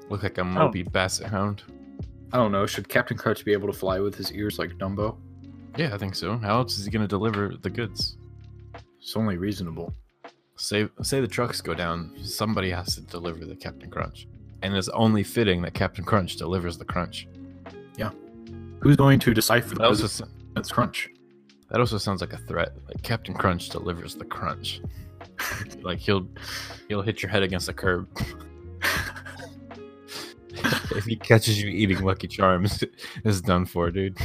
Speaker 2: Look like a
Speaker 1: Oh.
Speaker 2: mopey basset hound.
Speaker 1: I don't know. Should Captain Crunch be able to fly with his ears like Dumbo?
Speaker 2: Yeah, I think so. How else is he gonna deliver the goods?
Speaker 1: It's only reasonable.
Speaker 2: Say say the trucks go down. Somebody has to deliver the Captain Crunch, and it's only fitting that Captain Crunch delivers the crunch.
Speaker 1: Who's going to decipher
Speaker 2: That
Speaker 1: the
Speaker 2: also
Speaker 1: was
Speaker 2: s-
Speaker 1: that's Crunch?
Speaker 2: that also sounds like a threat. Like Captain Crunch delivers the crunch. like he'll he'll hit your head against the curb. if he catches you eating Lucky Charms, it's done for, dude.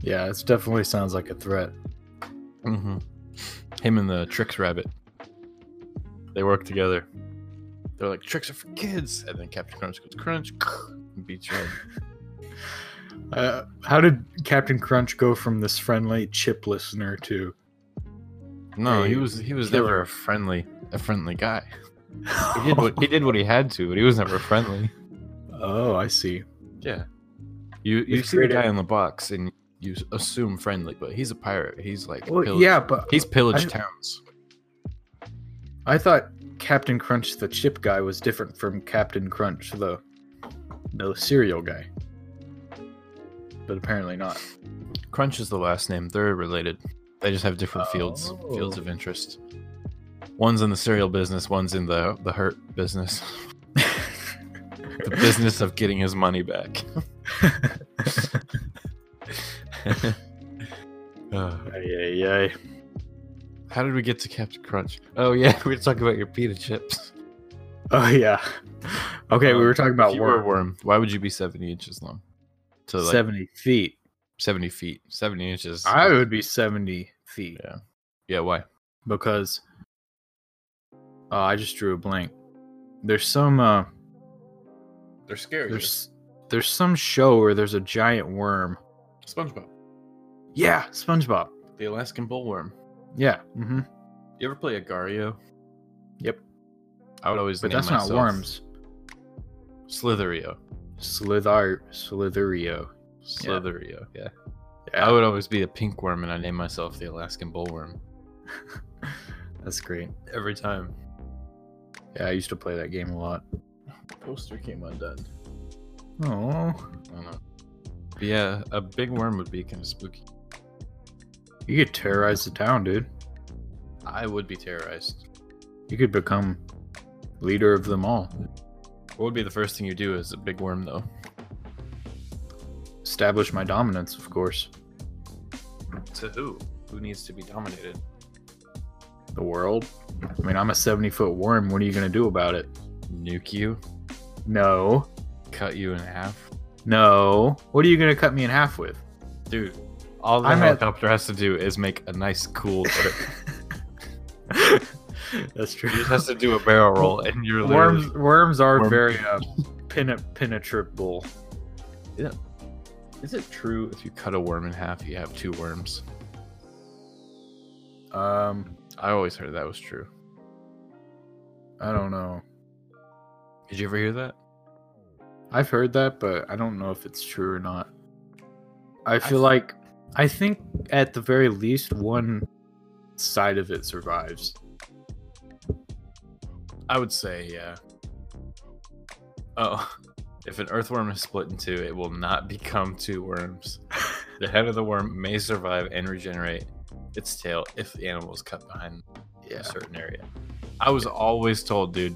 Speaker 1: Yeah, it definitely sounds like a threat.
Speaker 2: Mm-hmm. Him and the Tricks Rabbit. They work together. They're like tricks are for kids, and then Captain Crunch goes crunch, and beats you. up.
Speaker 1: Uh, how did Captain Crunch go from this friendly chip listener to?
Speaker 2: No,
Speaker 1: Yeah,
Speaker 2: he
Speaker 1: you
Speaker 2: was he was
Speaker 1: kill
Speaker 2: never a friendly a friendly guy. He did what he did what he had to, but he was never friendly.
Speaker 1: oh, I see.
Speaker 2: Yeah. You you
Speaker 1: It's
Speaker 2: see the
Speaker 1: great,
Speaker 2: guy
Speaker 1: eh?
Speaker 2: in the box and you s- assume friendly, but he's a pirate. He's like
Speaker 1: Well,
Speaker 2: pillaged-
Speaker 1: yeah, but
Speaker 2: He's pillaged
Speaker 1: I-
Speaker 2: towns.
Speaker 1: I thought Captain Crunch, the chip guy, was different from Captain Crunch, the the cereal guy. But apparently not.
Speaker 2: Crunch is the last name. They're related. They just have different fields fields
Speaker 1: Oh.
Speaker 2: of interest. One's in the cereal business. One's in the the hurt business. the business of getting his money back. Uh,
Speaker 1: Ay, ay, ay.
Speaker 2: how did we get to Captain Crunch? Oh yeah, we were talking about your pita chips.
Speaker 1: Oh yeah. Okay, we
Speaker 2: Um,
Speaker 1: were talking about
Speaker 2: if you were a
Speaker 1: worm.
Speaker 2: worm, why would you be seventy inches long? To like
Speaker 1: Seventy feet.
Speaker 2: 70 feet, 70 inches.
Speaker 1: I would be seventy feet
Speaker 2: Yeah. Yeah, why?
Speaker 1: because uh, I just drew a blank. There's some uh,
Speaker 2: They're scary.
Speaker 1: there's there's some show where there's a giant worm.
Speaker 2: SpongeBob,
Speaker 1: Yeah, SpongeBob.
Speaker 2: the Alaskan bullworm.
Speaker 1: Yeah. Mm-hmm.
Speaker 2: You ever play Agario?
Speaker 1: Yep.
Speaker 2: I would always
Speaker 1: But
Speaker 2: name
Speaker 1: that's not
Speaker 2: myself
Speaker 1: worms.
Speaker 2: Slitherio.
Speaker 1: Slithar Slitherio.
Speaker 2: Slitherio, yeah.
Speaker 1: Yeah.
Speaker 2: I would always be a pink worm and I name myself the Alaskan bullworm
Speaker 1: That's great.
Speaker 2: every time.
Speaker 1: Yeah, I used to play that game a lot.
Speaker 2: Poster came undone.
Speaker 1: Oh,
Speaker 2: I don't know. But yeah, a big worm would be kind of spooky.
Speaker 1: you could terrorize the town, dude.
Speaker 2: I would be terrorized.
Speaker 1: You could become leader of them all.
Speaker 2: What would be the first thing you do as a big worm, though?
Speaker 1: Establish my dominance, of course.
Speaker 2: To who? Who needs to be dominated?
Speaker 1: The world. I mean, I'm a 70 foot worm. What are you going to do about it?
Speaker 2: Nuke you?
Speaker 1: No.
Speaker 2: Cut you in half?
Speaker 1: No. What are you going to cut me in half with?
Speaker 2: Dude, all the
Speaker 1: I'm at-
Speaker 2: helicopter has to do is make a nice, cool.
Speaker 1: That's true.
Speaker 2: He just has to do a barrel roll, and you're literally.
Speaker 1: Worms, worms are
Speaker 2: Worm.
Speaker 1: very uh, pene- penetrable.
Speaker 2: Is it true if you cut a worm in half, you have two worms?
Speaker 1: Um,
Speaker 2: I always heard that was true.
Speaker 1: I don't know.
Speaker 2: Did you ever hear that?
Speaker 1: I've heard that, but I don't know if it's true or not. I feel like I think at the very least one side of it survives.
Speaker 2: I would say, yeah. Oh, If an earthworm is split in two, it will not become two worms. The head of the worm may survive and regenerate its tail if the animal is cut behind
Speaker 1: Yeah.
Speaker 2: a certain area. I was always told, dude.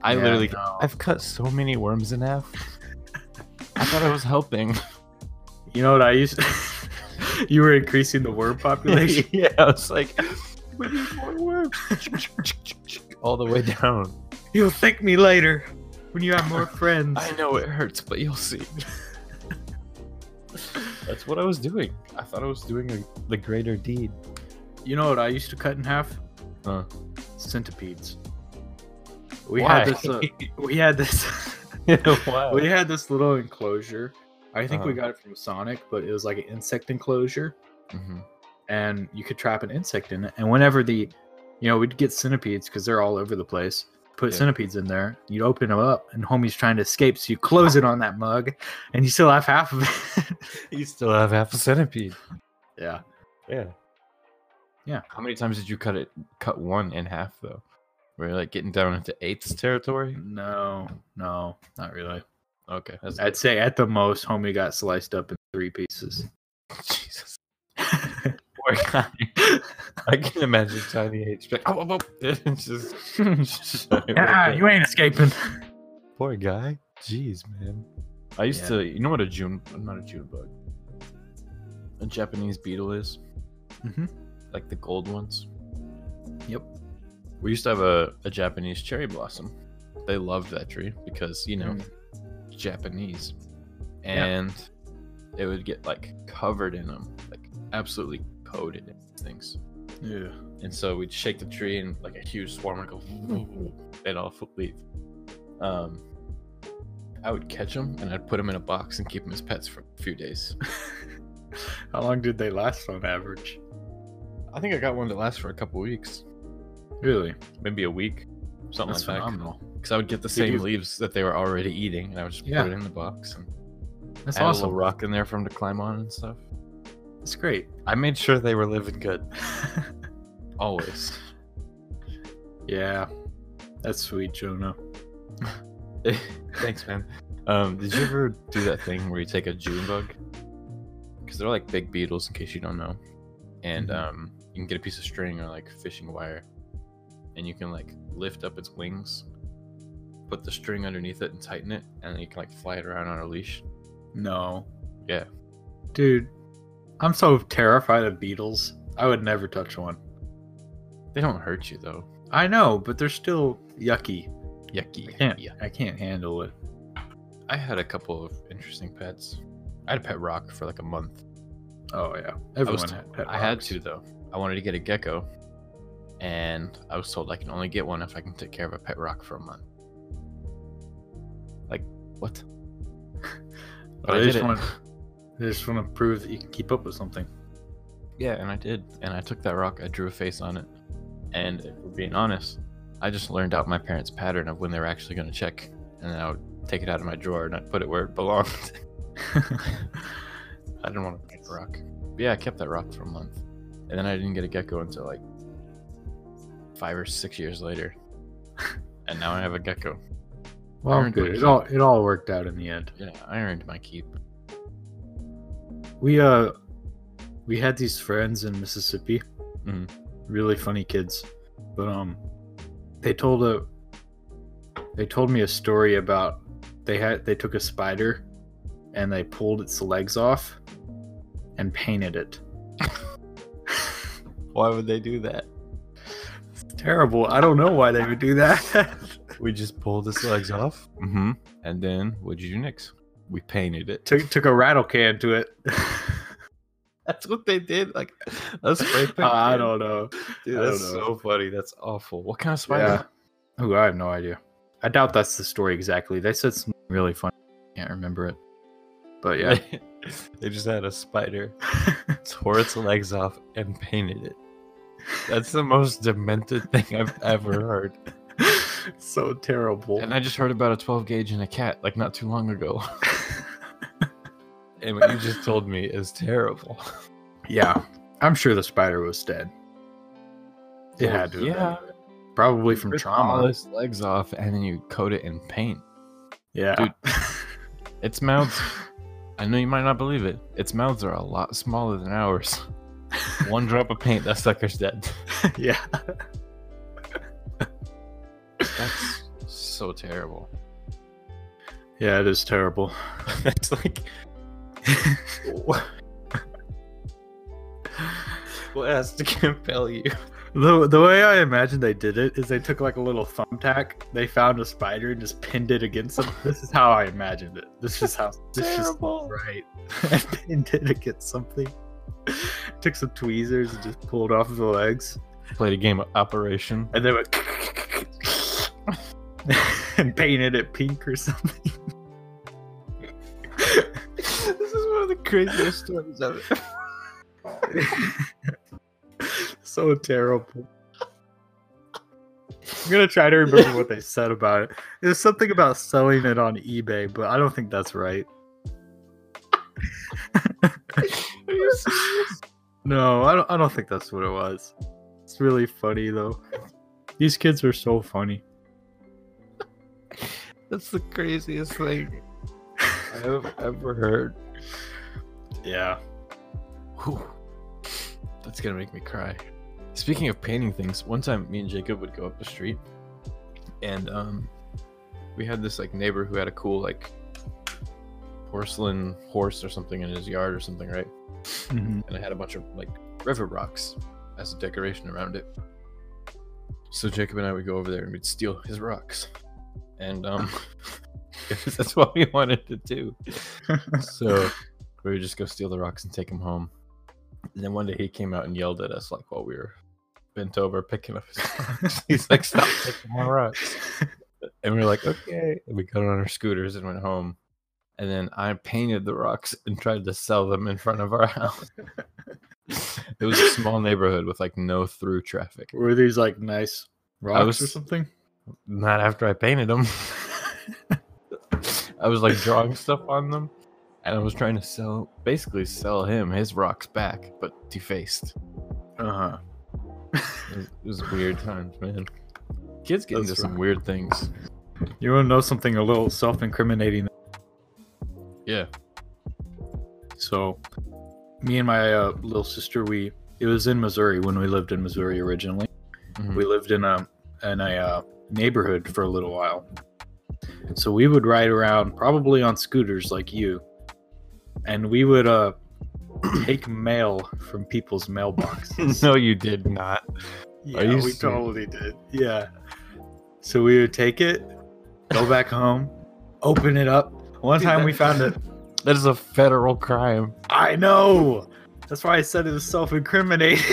Speaker 2: I
Speaker 1: Yeah,
Speaker 2: literally,
Speaker 1: no.
Speaker 2: I've cut so many worms in half. I thought I was helping.
Speaker 1: You know what I used You were increasing the worm population.
Speaker 2: yeah, I was like, we need more worms. All the way down.
Speaker 1: You'll thank me later when you have more friends.
Speaker 2: I know it hurts, but you'll see. That's what I was doing. I thought I was doing a, the greater deed.
Speaker 1: You know what I used to cut in half?
Speaker 2: Huh.
Speaker 1: Centipedes. We
Speaker 2: Why?
Speaker 1: had this. Uh, we had this.
Speaker 2: Wow.
Speaker 1: we had this little enclosure. I think we
Speaker 2: Uh-huh.
Speaker 1: got it from Sonic, but it was like an insect enclosure,
Speaker 2: Mhm.
Speaker 1: and you could trap an insect in it. And whenever the, you know, we'd get centipedes because they're all over the place. Put
Speaker 2: Yeah.
Speaker 1: centipedes in there. You'd open them up, and homie's trying to escape, so you close it on that mug, and you still have half of it.
Speaker 2: You still have half a centipede.
Speaker 1: yeah.
Speaker 2: Yeah.
Speaker 1: Yeah.
Speaker 2: How many times did you cut it? Cut one in half though. Were you like getting down into eighths territory?
Speaker 1: No, no, not really.
Speaker 2: Okay. That's
Speaker 1: I'd say at the most, homie got sliced up in three pieces.
Speaker 2: Jesus. Poor guy. I can imagine tiny H. Like, oh, oh, oh. It's just, just
Speaker 1: ain't escaping.
Speaker 2: Poor guy. Jeez, man. I used
Speaker 1: Yeah.
Speaker 2: to. You know what a June? Not a June bug. A Japanese beetle is
Speaker 1: Mhm.
Speaker 2: like the gold ones.
Speaker 1: Yep.
Speaker 2: We used to have a, a Japanese cherry blossom. They loved that tree because you know Japanese,
Speaker 1: Mm. Yeah.
Speaker 2: and it would get like covered in them, like absolutely coated in things.
Speaker 1: Yeah.
Speaker 2: And so we'd shake the tree, and like a huge swarm would go, and all f- leave. Um, I would catch them, and I'd put them in a box and keep them as pets for a few days.
Speaker 1: How long did they last on average?
Speaker 2: I think I got one that lasts for a couple weeks,
Speaker 1: Really?
Speaker 2: maybe a week, something
Speaker 1: That's
Speaker 2: like
Speaker 1: phenomenal.
Speaker 2: that. Because I would get the
Speaker 1: Did
Speaker 2: same
Speaker 1: you-
Speaker 2: leaves that they were already eating, and I would just
Speaker 1: Yeah.
Speaker 2: put it in the box and
Speaker 1: That's
Speaker 2: add a
Speaker 1: awesome.
Speaker 2: little rock in there for them to climb on and stuff.
Speaker 1: That's great.
Speaker 2: I made sure they were living good always.
Speaker 1: yeah. That's sweet, Jonah.
Speaker 2: Thanks, man. Um, did you ever do that thing where you take a June bug? Because they're like big beetles, in case you don't know. And
Speaker 1: Mhm.
Speaker 2: um, you can get a piece of string or like fishing wire, and you can like lift up its wings, put the string underneath it, and tighten it, and then you can like fly it around on a leash.
Speaker 1: No.
Speaker 2: Yeah.
Speaker 1: Dude, I'm so terrified of beetles. I would never touch one.
Speaker 2: They don't hurt you though.
Speaker 1: I know, but they're still yucky.
Speaker 2: Yucky.
Speaker 1: I can't.
Speaker 2: Yeah.
Speaker 1: I can't handle it.
Speaker 2: I had a couple of interesting pets. I had a pet rock for like a month.
Speaker 1: Oh yeah.
Speaker 2: I was
Speaker 1: Everyone
Speaker 2: t-
Speaker 1: had pet
Speaker 2: I had
Speaker 1: rocks.
Speaker 2: to though. I wanted to get a gecko, and I was told I can only get one if I can take care of a pet rock for a month. Like what? But
Speaker 1: Well,
Speaker 2: I
Speaker 1: they
Speaker 2: did
Speaker 1: just
Speaker 2: it.
Speaker 1: want they just want to prove that you can keep up with something.
Speaker 2: Yeah, and I did, and I took that rock. I drew a face on it, and if we're being honest, I just learned out my parents' pattern of when they were actually going to check, and then I would take it out of my drawer and I'd put it where it belonged. I didn't want a pet rock. But yeah, I kept that rock for a month, and then I didn't get a gecko until like five or six years later, and now I have a gecko.
Speaker 1: Well, I'm
Speaker 2: Iron
Speaker 1: good.
Speaker 2: Monkey.
Speaker 1: It all it all worked out in the end.
Speaker 2: Yeah, I earned my keep.
Speaker 1: We uh we had these friends in Mississippi. Mm-hmm.
Speaker 2: Mhm.
Speaker 1: Really funny kids. But um they told a they told me a story about they had they took a spider and they pulled its legs off and painted it.
Speaker 2: Why would they do that?
Speaker 1: It's terrible. I don't know why they would do that.
Speaker 2: We just pulled his legs off. Mm-hmm. And then what'd you do next? We painted it.
Speaker 1: took took a rattle can to it.
Speaker 2: That's what they did. Like a spray paint.
Speaker 1: Uh, I
Speaker 2: can.
Speaker 1: don't know.
Speaker 2: Dude,
Speaker 1: I don't
Speaker 2: that's
Speaker 1: know.
Speaker 2: so funny. That's awful. What kind of
Speaker 1: Yeah.
Speaker 2: spider?
Speaker 1: Ooh, I have no idea. I doubt that's the story exactly. They said something really funny. Can't remember it. But yeah.
Speaker 2: they just had a spider, tore its legs off, and painted it. That's the most demented thing I've ever heard.
Speaker 1: so terrible.
Speaker 2: And I just heard about a 12 gauge and a cat like not too long ago. And what you just told me is terrible.
Speaker 1: yeah. I'm sure the spider was dead. It had to. have been.
Speaker 2: Yeah.
Speaker 1: Probably from
Speaker 2: Rip
Speaker 1: trauma.
Speaker 2: All his legs off, and then you coat it in paint.
Speaker 1: Yeah.
Speaker 2: Its mouths, I know you might not believe it, its mouths are a lot smaller than ours. One drop of paint, that sucker's dead.
Speaker 1: yeah.
Speaker 2: That's so terrible.
Speaker 1: Yeah, it is terrible.
Speaker 2: That's like, what has to compel you?
Speaker 1: The, the way I imagine they did it is they took like a little thumbtack, they found a spider and just pinned it against something. This is how I imagined it. This is how this is
Speaker 2: Terrible.
Speaker 1: right. and pinned it against something. took some tweezers and just pulled off the legs,
Speaker 2: Played a game of Operation.
Speaker 1: and then went and painted it pink or something.
Speaker 2: this is one of the craziest stories ever.
Speaker 1: so terrible. I'm gonna try to remember what they said about it. There's something about selling it on eBay, but I don't think that's right.
Speaker 2: Are you serious?
Speaker 1: No, I don't. I don't think that's what it was. It's really funny though. These kids are so funny.
Speaker 2: That's the craziest thing I've ever heard.
Speaker 1: Yeah.
Speaker 2: Whew. That's gonna make me cry. Speaking of painting things, one time me and Jacob would go up the street, and um, we had this like neighbor who had a cool like porcelain horse or something in his yard or something, right?
Speaker 1: Mm-hmm.
Speaker 2: and I had a bunch of like river rocks as a decoration around it. So Jacob and I would go over there and we'd steal his rocks, and um, 'cause that's what we wanted to do. So we would just go steal the rocks and take them home. And then one day he came out and yelled at us like while we were bent over picking up his rocks. He's like, "Stop taking my rocks!" And we were like, "Okay." And we got on our scooters and went home. And then I painted the rocks and tried to sell them in front of our house. it was a small neighborhood with like no through traffic.
Speaker 1: Were these like nice rocks or
Speaker 2: was-
Speaker 1: something?
Speaker 2: Not after I painted them. I was like drawing stuff on them, and I was trying to sell, basically sell him his rocks back, but defaced.
Speaker 1: Uh
Speaker 2: It was, it was weird times, man. Kids get
Speaker 1: That's
Speaker 2: into some
Speaker 1: right.
Speaker 2: weird things.
Speaker 1: huh. You want to know something a little self-incriminating?
Speaker 2: Yeah.
Speaker 1: So, me and my uh, little sister, we it was in Missouri when we lived in Missouri originally.
Speaker 2: Mhm.
Speaker 1: We lived in a in a uh, neighborhood for a little while, so we would ride around probably on scooters like you, and we would uh take mail from people's mailboxes.
Speaker 2: No, you did not.
Speaker 1: yeah,
Speaker 2: you
Speaker 1: we
Speaker 2: serious?
Speaker 1: totally did. Yeah, so we would take it, go back home, open it up. One
Speaker 2: Dude,
Speaker 1: time
Speaker 2: that-
Speaker 1: we found it.
Speaker 2: That is a federal crime.
Speaker 1: I know. That's why I said it was self-incriminating.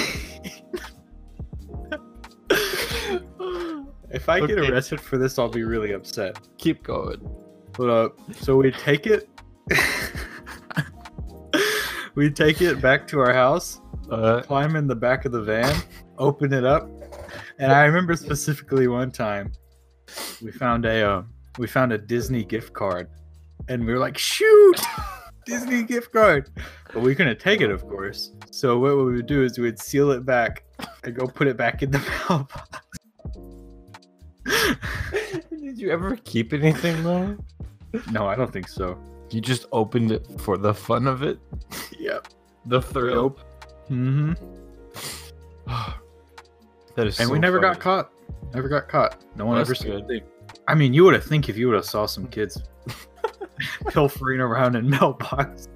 Speaker 1: if I get
Speaker 2: Okay.
Speaker 1: arrested for this, I'll be really upset.
Speaker 2: Keep going.
Speaker 1: But uh, so we take it. we take it back to our house,
Speaker 2: Uh,
Speaker 1: climb in the back of the van, open it up, and I remember specifically one time we found a uh, we found a Disney gift card, and we were like, shoot. Disney gift card, but we couldn't take it, of course. So what we would do is we would seal it back and go put it back in the mailbox.
Speaker 2: Did you ever keep anything though?
Speaker 1: No, I don't think so.
Speaker 2: You just opened it for the fun of it,
Speaker 1: Yep.
Speaker 2: the thrill.
Speaker 1: Nope. Mm-hmm.
Speaker 2: that is.
Speaker 1: and
Speaker 2: so
Speaker 1: we never
Speaker 2: funny.
Speaker 1: got caught. Never got caught. No one
Speaker 2: Well,
Speaker 1: ever
Speaker 2: that's
Speaker 1: saw a
Speaker 2: good.
Speaker 1: thing. I mean, you would have think if you would have saw some kids pilfering around in mailbox.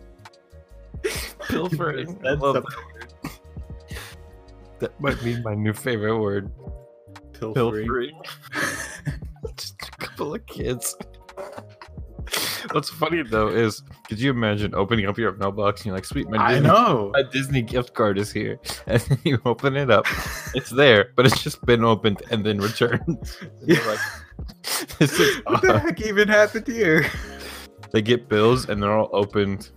Speaker 2: Pilfering. I
Speaker 1: That's
Speaker 2: love
Speaker 1: something.
Speaker 2: that word. That might be my new favorite word.
Speaker 1: Pilfering.
Speaker 2: Pilfering. Just a couple of kids. What's funny though is, could you imagine opening up your mailbox and you're like, "Sweet, my
Speaker 1: I
Speaker 2: Disney,
Speaker 1: know.
Speaker 2: my Disney gift card is here," and then you open it up, it's there, but it's just been opened and then returned.
Speaker 1: Yeah.
Speaker 2: You're like, this is
Speaker 1: what the
Speaker 2: odd."
Speaker 1: heck even happened here?
Speaker 2: They get bills and they're all opened.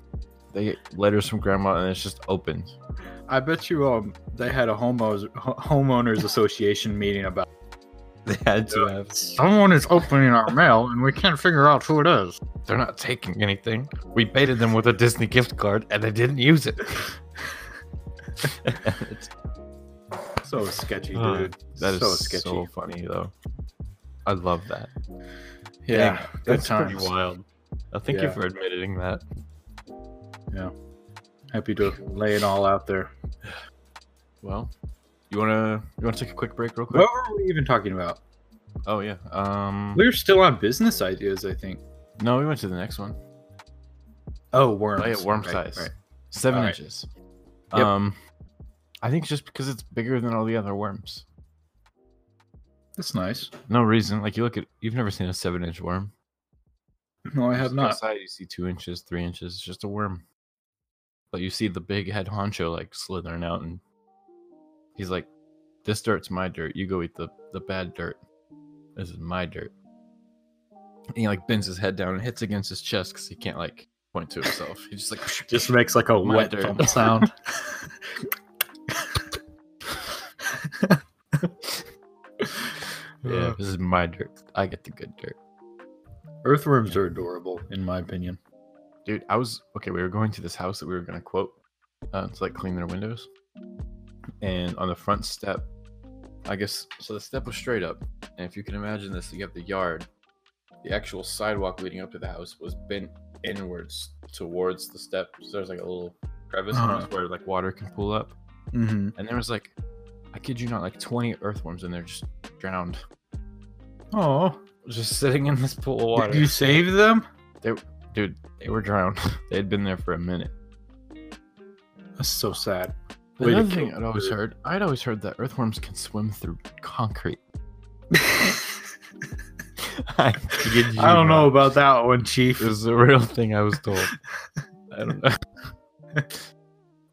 Speaker 2: They get letters from grandma and it's just opened.
Speaker 1: I bet you um they had a homos, homeowners association meeting about.
Speaker 2: They had to have.
Speaker 1: Someone is opening our mail and we can't figure out who it is.
Speaker 2: They're not taking anything. We baited them with a Disney gift card and they didn't use it.
Speaker 1: So sketchy,
Speaker 2: Uh,
Speaker 1: dude.
Speaker 2: That is
Speaker 1: so
Speaker 2: so,
Speaker 1: sketchy.
Speaker 2: funny though. I love that.
Speaker 1: yeah,
Speaker 2: That's
Speaker 1: good
Speaker 2: pretty
Speaker 1: times.
Speaker 2: wild. Uh, thank you
Speaker 1: Yeah.
Speaker 2: for admitting that.
Speaker 1: Happy to lay it all out there.
Speaker 2: Well, you wanna you wanna take a quick break, real quick?
Speaker 1: What were we even talking about?
Speaker 2: oh yeah. Um.
Speaker 1: We were still on business ideas, I think.
Speaker 2: No, we went to the next one.
Speaker 1: Oh, worms.
Speaker 2: Oh, yeah, worm
Speaker 1: Right,
Speaker 2: size.
Speaker 1: right.
Speaker 2: Seven
Speaker 1: Alright.
Speaker 2: inches.
Speaker 1: Yep.
Speaker 2: Um, I think it's just because it's bigger than all the other worms.
Speaker 1: That's nice.
Speaker 2: No reason. Like you look at, you've never seen a seven-inch worm.
Speaker 1: No, I
Speaker 2: You
Speaker 1: have
Speaker 2: look
Speaker 1: not.
Speaker 2: Outside, you see two inches, three inches. It's just a worm. But you see the big head honcho like slithering out, and he's like, "This dirt's my dirt. You go eat the the bad dirt. This is my dirt." And he like bends his head down and hits against his chest because he can't like point to himself. He's just like,
Speaker 1: Just makes like a
Speaker 2: My
Speaker 1: wet
Speaker 2: dirt.
Speaker 1: thump sound.
Speaker 2: "Yeah, this is my dirt. I get the good dirt."
Speaker 1: Earthworms are adorable, in my opinion.
Speaker 2: Dude, I was okay. We were going to this house that we were gonna quote uh, to like clean their windows, and on the front step, I guess so. The step was straight up, and if you can imagine this, you have the yard. The actual sidewalk leading up to the house was bent inwards towards the step. So there's like a little crevice
Speaker 1: Uh-huh.
Speaker 2: almost where like water can pool up,
Speaker 1: Mm-hmm.
Speaker 2: and there was like, I kid you not, like 20 earthworms in there just drowned,
Speaker 1: Oh,
Speaker 2: just sitting in this pool of water.
Speaker 1: did you save them?
Speaker 2: Dude, they were drowned. they had been there for a minute.
Speaker 1: That's so sad. Way to
Speaker 2: Another thing
Speaker 1: kill
Speaker 2: I'd always
Speaker 1: bird.
Speaker 2: heard, I'd always heard that earthworms can swim through concrete. I,
Speaker 1: I don't know about that one, Chief.
Speaker 2: It was a real thing I was told. I don't know.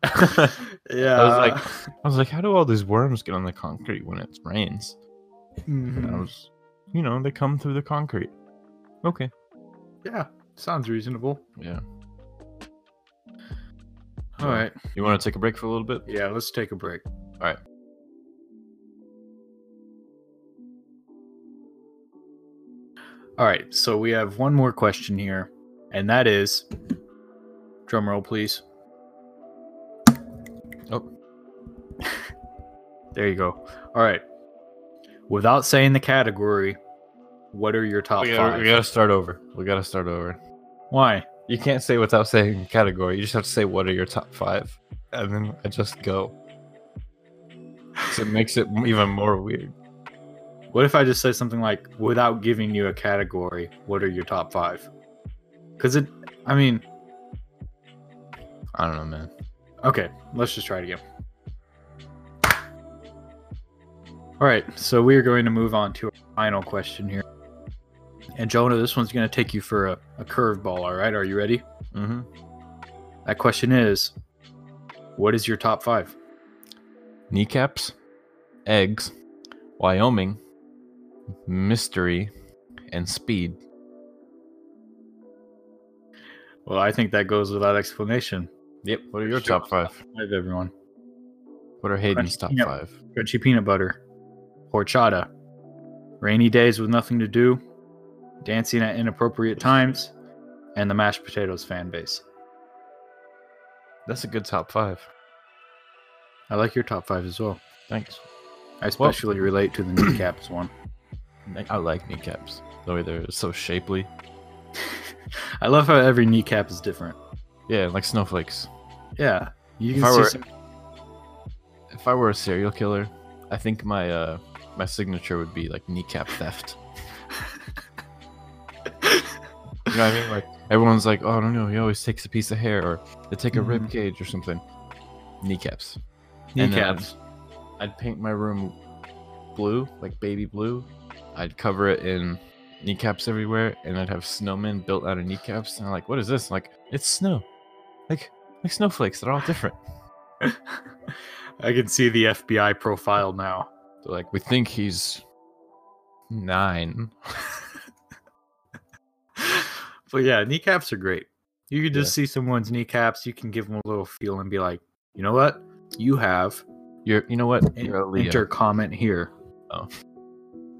Speaker 2: I
Speaker 1: yeah.
Speaker 2: was like, I was like, how do all these worms get on the concrete when it rains? And I
Speaker 1: Mhm.
Speaker 2: was, you know, they come through the concrete. Okay.
Speaker 1: yeah, sounds reasonable.
Speaker 2: Yeah.
Speaker 1: All right.
Speaker 2: You want to take a break for a little bit?
Speaker 1: Yeah, let's take a break. All right, so we have one more question here, and that is drum roll, please.
Speaker 2: Oh.
Speaker 1: there you go. All right. Without saying the category, what are your top
Speaker 2: We gotta,
Speaker 1: five?
Speaker 2: we gotta start over. We gotta start over.
Speaker 1: Why?
Speaker 2: You can't say without saying category. You just have to say what are your top five, and then I just go. 'Cause it makes it even more weird.
Speaker 1: What if I just say something like, without giving you a category, what are your top five? Because it, I mean,
Speaker 2: I don't know, man.
Speaker 1: Okay, let's just try it again. All right, so we are going to move on to our final question here. And Jonah, this one's going to take you for a, a curveball, all right? Are you ready?
Speaker 2: Mm-hmm.
Speaker 1: That question is What is your top five?
Speaker 2: Kneecaps, eggs, Wyoming, mystery, and speed.
Speaker 1: Well, I think that goes without explanation.
Speaker 2: Yep. What are your
Speaker 1: Sure.
Speaker 2: top five?
Speaker 1: Five, everyone.
Speaker 2: What are Hayden's
Speaker 1: Crunchy
Speaker 2: top
Speaker 1: peanut-
Speaker 2: five?
Speaker 1: Crunchy peanut butter, horchata, rainy days with nothing to do, dancing at inappropriate times, and the mashed potatoes fan base.
Speaker 2: That's a good top five.
Speaker 1: I like your top five as well.
Speaker 2: Thanks.
Speaker 1: I
Speaker 2: Well-
Speaker 1: especially relate to the kneecaps one.
Speaker 2: I- I like kneecaps. The way they're so shapely.
Speaker 1: I love how every kneecap is different.
Speaker 2: Yeah, like snowflakes.
Speaker 1: Yeah, you
Speaker 2: If
Speaker 1: can
Speaker 2: I
Speaker 1: see
Speaker 2: were-
Speaker 1: some-
Speaker 2: if I were a serial killer, I think my uh my signature would be like kneecap theft. you know what I mean? Like everyone's like, oh, I don't know, he always takes a piece of hair, or they take a rib
Speaker 1: Mhm.
Speaker 2: cage or something. Kneecaps. And then I'd-
Speaker 1: kneecaps.
Speaker 2: I'd paint my room blue, like baby blue. I'd cover it in kneecaps everywhere, and I'd have snowmen built out of kneecaps. And I'm like, what is this? like, it's snow, like like snowflakes. They're all different.
Speaker 1: I can see the FBI profile now.
Speaker 2: They're like, we think he's nine.
Speaker 1: but yeah, kneecaps are great. You can just
Speaker 2: Yeah.
Speaker 1: see someone's kneecaps. You can give them a little feel and be like, you know what? You have
Speaker 2: You're, you know what?
Speaker 1: en-
Speaker 2: You're a Leo.
Speaker 1: enter comment here.
Speaker 2: Oh.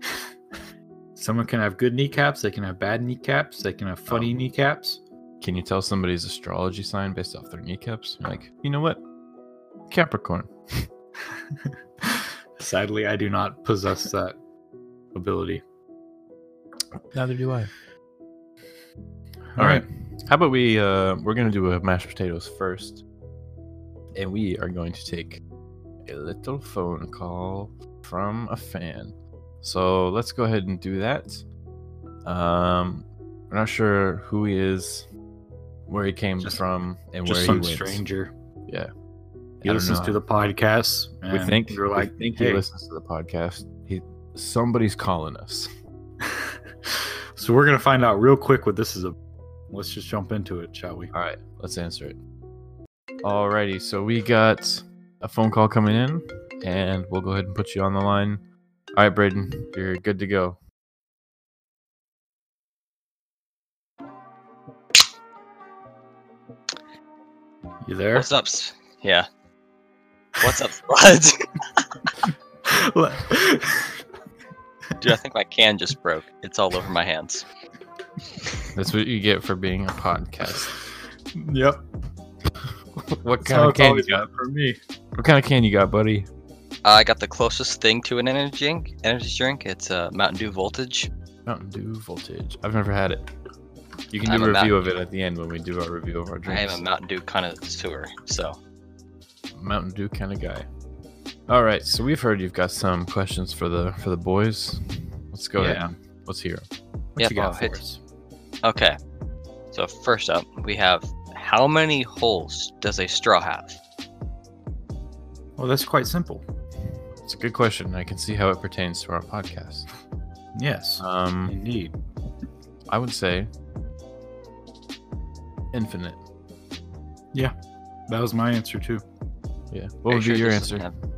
Speaker 1: Someone can have good kneecaps. They can have bad kneecaps. They can have funny
Speaker 2: Oh.
Speaker 1: kneecaps.
Speaker 2: Can you tell somebody's astrology sign based off their kneecaps? You're like, you know what? Capricorn.
Speaker 1: Sadly, I do not possess that ability.
Speaker 2: Neither do I. All right. How about we? Uh, we're gonna do a mashed potatoes first, and we are going to take a little phone call from a fan. So let's go ahead and do that. Um, we're not sure who he is, where he came
Speaker 1: Just-
Speaker 2: from, and where
Speaker 1: Just
Speaker 2: he
Speaker 1: some
Speaker 2: went.
Speaker 1: stranger.
Speaker 2: Yeah.
Speaker 1: He
Speaker 2: I don't
Speaker 1: listens
Speaker 2: know.
Speaker 1: to the podcast.
Speaker 2: We
Speaker 1: and
Speaker 2: think
Speaker 1: you're
Speaker 2: we
Speaker 1: like,
Speaker 2: think
Speaker 1: "Hey."
Speaker 2: he listens to the podcast. He somebody's calling us.
Speaker 1: so we're gonna find out real quick what this is about. Let's just jump into it, shall we?
Speaker 2: All right, let's answer it. Alrighty, so we got a phone call coming in, and we'll go ahead and put you on the line. All right, Braden, you're good to go.
Speaker 1: You there?
Speaker 3: What's up? s- Yeah. What's up, squads? Dude, I think my can just broke. It's all over my hands.
Speaker 2: That's what you get for being a podcast.
Speaker 1: yep.
Speaker 2: what
Speaker 1: That's how
Speaker 2: kind of
Speaker 1: it's always
Speaker 2: can you got?
Speaker 1: been for me.
Speaker 2: What kind of can you got, buddy?
Speaker 3: Uh, I got the closest thing to an energy drink. Energy drink. It's uh, Mountain Dew Voltage.
Speaker 2: Mountain Dew Voltage. I've never had it. You can
Speaker 3: I'm
Speaker 2: do
Speaker 3: a
Speaker 2: a
Speaker 3: Mountain
Speaker 2: review of it at the end when we do our review of our
Speaker 3: I am
Speaker 2: drinks.
Speaker 3: a Mountain Dew connoisseur, so
Speaker 2: Mountain Dew kind of guy. All right, so we've heard you've got some questions for the for the boys. Let's go
Speaker 1: Yeah.
Speaker 2: ahead. and- Let's hear. 'em.
Speaker 1: What
Speaker 3: Yep,
Speaker 1: you got
Speaker 3: I'll
Speaker 1: for
Speaker 3: hit-
Speaker 1: us?
Speaker 3: oh, okay. So first up, we have how many holes does a straw have?
Speaker 1: Well, that's quite simple.
Speaker 2: It's a good question. I can see how it pertains to our podcast.
Speaker 1: Yes,
Speaker 2: Um,
Speaker 1: indeed.
Speaker 2: I would say infinite.
Speaker 1: That was my answer too.
Speaker 2: Yeah.
Speaker 3: Are
Speaker 2: What
Speaker 3: you
Speaker 2: would
Speaker 3: sure
Speaker 2: be your
Speaker 3: this doesn't
Speaker 2: answer?
Speaker 3: have-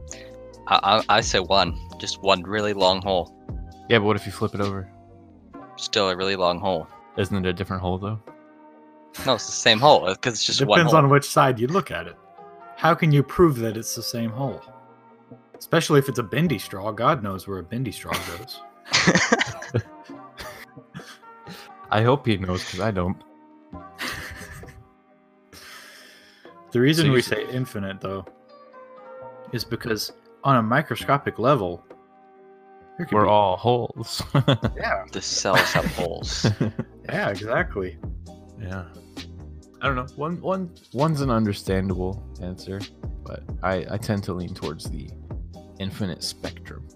Speaker 3: I, I I say one, just one really long hole.
Speaker 2: Yeah, but what if you flip it over?
Speaker 3: Still a really long hole.
Speaker 2: Isn't it a different hole though?
Speaker 3: No, it's the same hole because it's just one
Speaker 1: Depends
Speaker 3: hole.
Speaker 1: on which side you look at it. How can you prove that it's the same hole? Especially if it's a bendy straw. God knows where a bendy straw goes.
Speaker 2: I hope he knows because I don't.
Speaker 1: The reason
Speaker 2: So you
Speaker 1: we
Speaker 2: s-
Speaker 1: say infinite, though, is because on a microscopic level, there could
Speaker 2: We're
Speaker 1: be-
Speaker 2: all holes.
Speaker 1: yeah,
Speaker 3: The cells have holes.
Speaker 1: yeah, exactly.
Speaker 2: Yeah. I don't know. One one one's an understandable answer, but I, I tend to lean towards the infinite spectrum.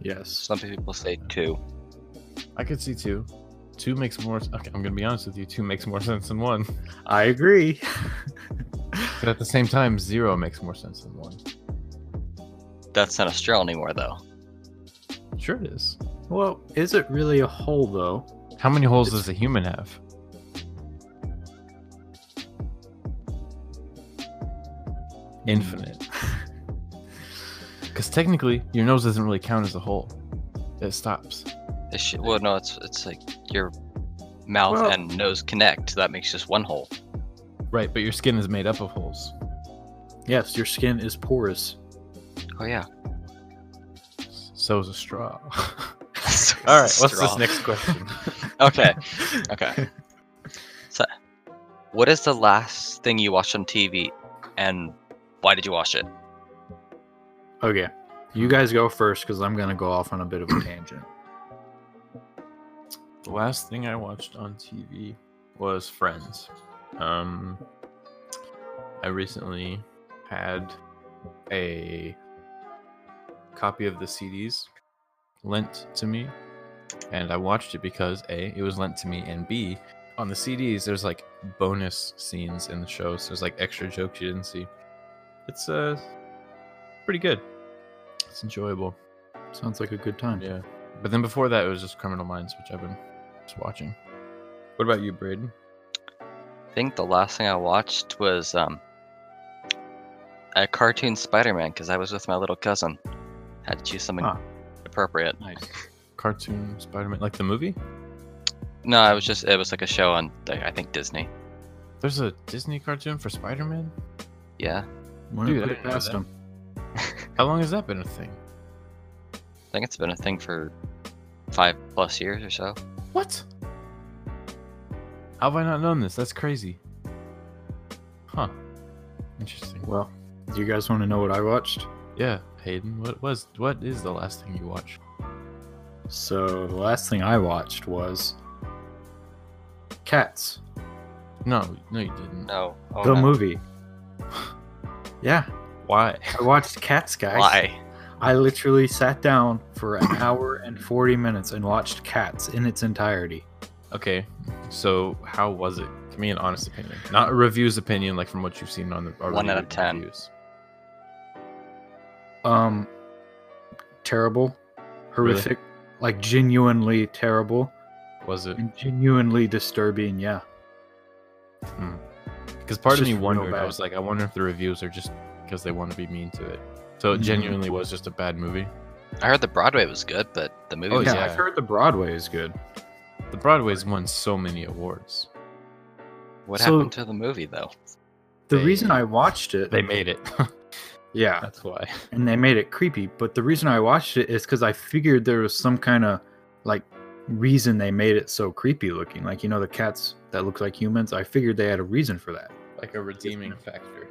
Speaker 1: Yes,
Speaker 3: Some people say two.
Speaker 2: I could see two. Two makes more s- okay, I'm gonna be honest with you, two makes more sense than one.
Speaker 1: I agree.
Speaker 2: But at the same time, zero makes more sense than one.
Speaker 3: That's not a straw anymore, though.
Speaker 2: Sure it is.
Speaker 1: well, is it really a hole though?
Speaker 2: How many holes does a human have? Infinite. Because technically, your nose doesn't really count as a hole. It stops.
Speaker 3: It should, well, no, it's it's like your mouth
Speaker 1: Well-
Speaker 3: and nose connect. so That makes just one hole.
Speaker 2: Right, but your skin is made up of holes.
Speaker 1: Yes, your skin is porous.
Speaker 3: Oh yeah.
Speaker 2: So is a straw.
Speaker 3: So
Speaker 2: All right,
Speaker 3: it's
Speaker 2: what's
Speaker 3: a straw.
Speaker 2: this next question?
Speaker 3: Okay. Okay. so, what is the last thing you watched on TV, and why did you watch it?
Speaker 1: Okay, you guys go first because I'm gonna go off on a bit of a tangent.
Speaker 2: the last thing I watched on TV was Friends. Um, I recently had a copy of the CDs lent to me, and I watched it because A, it was lent to me, and B, on the CDs, there's like bonus scenes in the show, so there's like extra jokes you didn't see. It's uh, pretty good. It's enjoyable.
Speaker 1: Sounds like a good time.
Speaker 2: Yeah. But then before that, it was just Criminal Minds, which I've been just watching. What about you, Braden?
Speaker 3: I think the last thing I watched was um a cartoon Spider-Man because I was with my little cousin. Had to choose something
Speaker 1: Ah.
Speaker 3: appropriate.
Speaker 1: Nice.
Speaker 2: Cartoon Spider Man, like the movie?
Speaker 3: No, I was just it was like a show on like, I think Disney.
Speaker 2: There's a Disney cartoon for Spider Man?
Speaker 3: Yeah,
Speaker 1: Wouldn't
Speaker 2: Dude, I
Speaker 1: put it
Speaker 2: didn't know
Speaker 1: past
Speaker 2: that.
Speaker 1: him.
Speaker 2: How long has that been a thing?
Speaker 3: I think it's been a thing for five plus years or so.
Speaker 2: What? How have I not known this? That's crazy. Huh. Interesting.
Speaker 1: Well, do you guys want to know what I watched?
Speaker 2: Yeah, Hayden, what was what is the last thing you watched?
Speaker 1: So the last thing I watched was Cats.
Speaker 2: No, no, you didn't.
Speaker 3: No. Oh,
Speaker 1: the
Speaker 3: no.
Speaker 1: movie. yeah,
Speaker 2: Why?
Speaker 1: I watched Cats, guys.
Speaker 3: Why?
Speaker 1: I literally sat down for an hour and 40 minutes and watched Cats in its entirety.
Speaker 2: Okay, so how was it? Give me an honest opinion, not a reviews opinion, like from what you've seen on the already
Speaker 3: One out of
Speaker 2: with
Speaker 3: ten.
Speaker 2: Reviews.
Speaker 1: Um terrible, horrific, like genuinely terrible
Speaker 2: Was it?
Speaker 1: and genuinely disturbing, yeah.
Speaker 2: Because part
Speaker 1: It's
Speaker 2: of
Speaker 1: just
Speaker 2: me
Speaker 1: real
Speaker 2: wondered. I
Speaker 1: bad.
Speaker 2: was like, I wonder if the reviews are just because they want to be mean to it. So it
Speaker 1: Mhm.
Speaker 2: genuinely was just a bad movie.
Speaker 3: I heard the Broadway was good, but the movie
Speaker 2: Oh,
Speaker 3: was
Speaker 1: yeah,
Speaker 2: yeah.
Speaker 1: I've heard the Broadway is good.
Speaker 2: The Broadway's won so many awards.
Speaker 3: What
Speaker 1: So-
Speaker 3: happened to the movie though?
Speaker 1: The
Speaker 2: They-
Speaker 1: reason I watched it
Speaker 2: They made it.
Speaker 1: Yeah.
Speaker 2: That's why.
Speaker 1: and they made it creepy. But the reason I watched it is because I figured there was some kind of like reason they made it so creepy looking. Like you know the cats that look like humans. I figured they had a reason for that.
Speaker 2: Like a redeeming factor.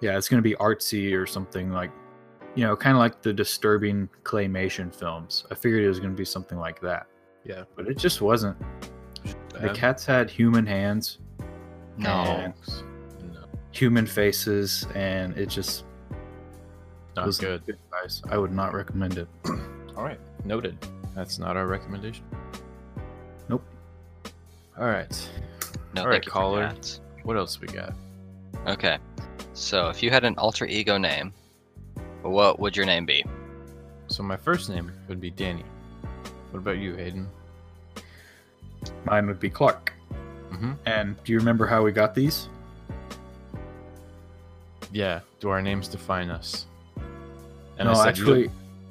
Speaker 1: Yeah, it's gonna be artsy or something like, you know, kind of like the disturbing claymation films. I figured it was gonna be something like that.
Speaker 2: Yeah.
Speaker 1: but it just wasn't. The cats had human hands,
Speaker 3: No.
Speaker 2: No.
Speaker 1: human faces, and it just
Speaker 2: Not
Speaker 1: wasn't
Speaker 2: good.
Speaker 1: good advice. I would not recommend it.
Speaker 2: All right. Noted. That's not our recommendation.
Speaker 1: Nope.
Speaker 2: All right.
Speaker 3: No,
Speaker 2: Alright,
Speaker 3: thank you for
Speaker 2: caller.
Speaker 3: that.
Speaker 2: What else we got?
Speaker 3: Okay. So if you had an alter ego name, what would your name be?
Speaker 2: So my first name would be Danny. What about you, Hayden?
Speaker 1: Mine would be Clark.
Speaker 2: Mm-hmm.
Speaker 1: And do you remember how we got these?
Speaker 2: Yeah. Do our names define us?
Speaker 1: no,
Speaker 2: said, "You look-
Speaker 1: actually.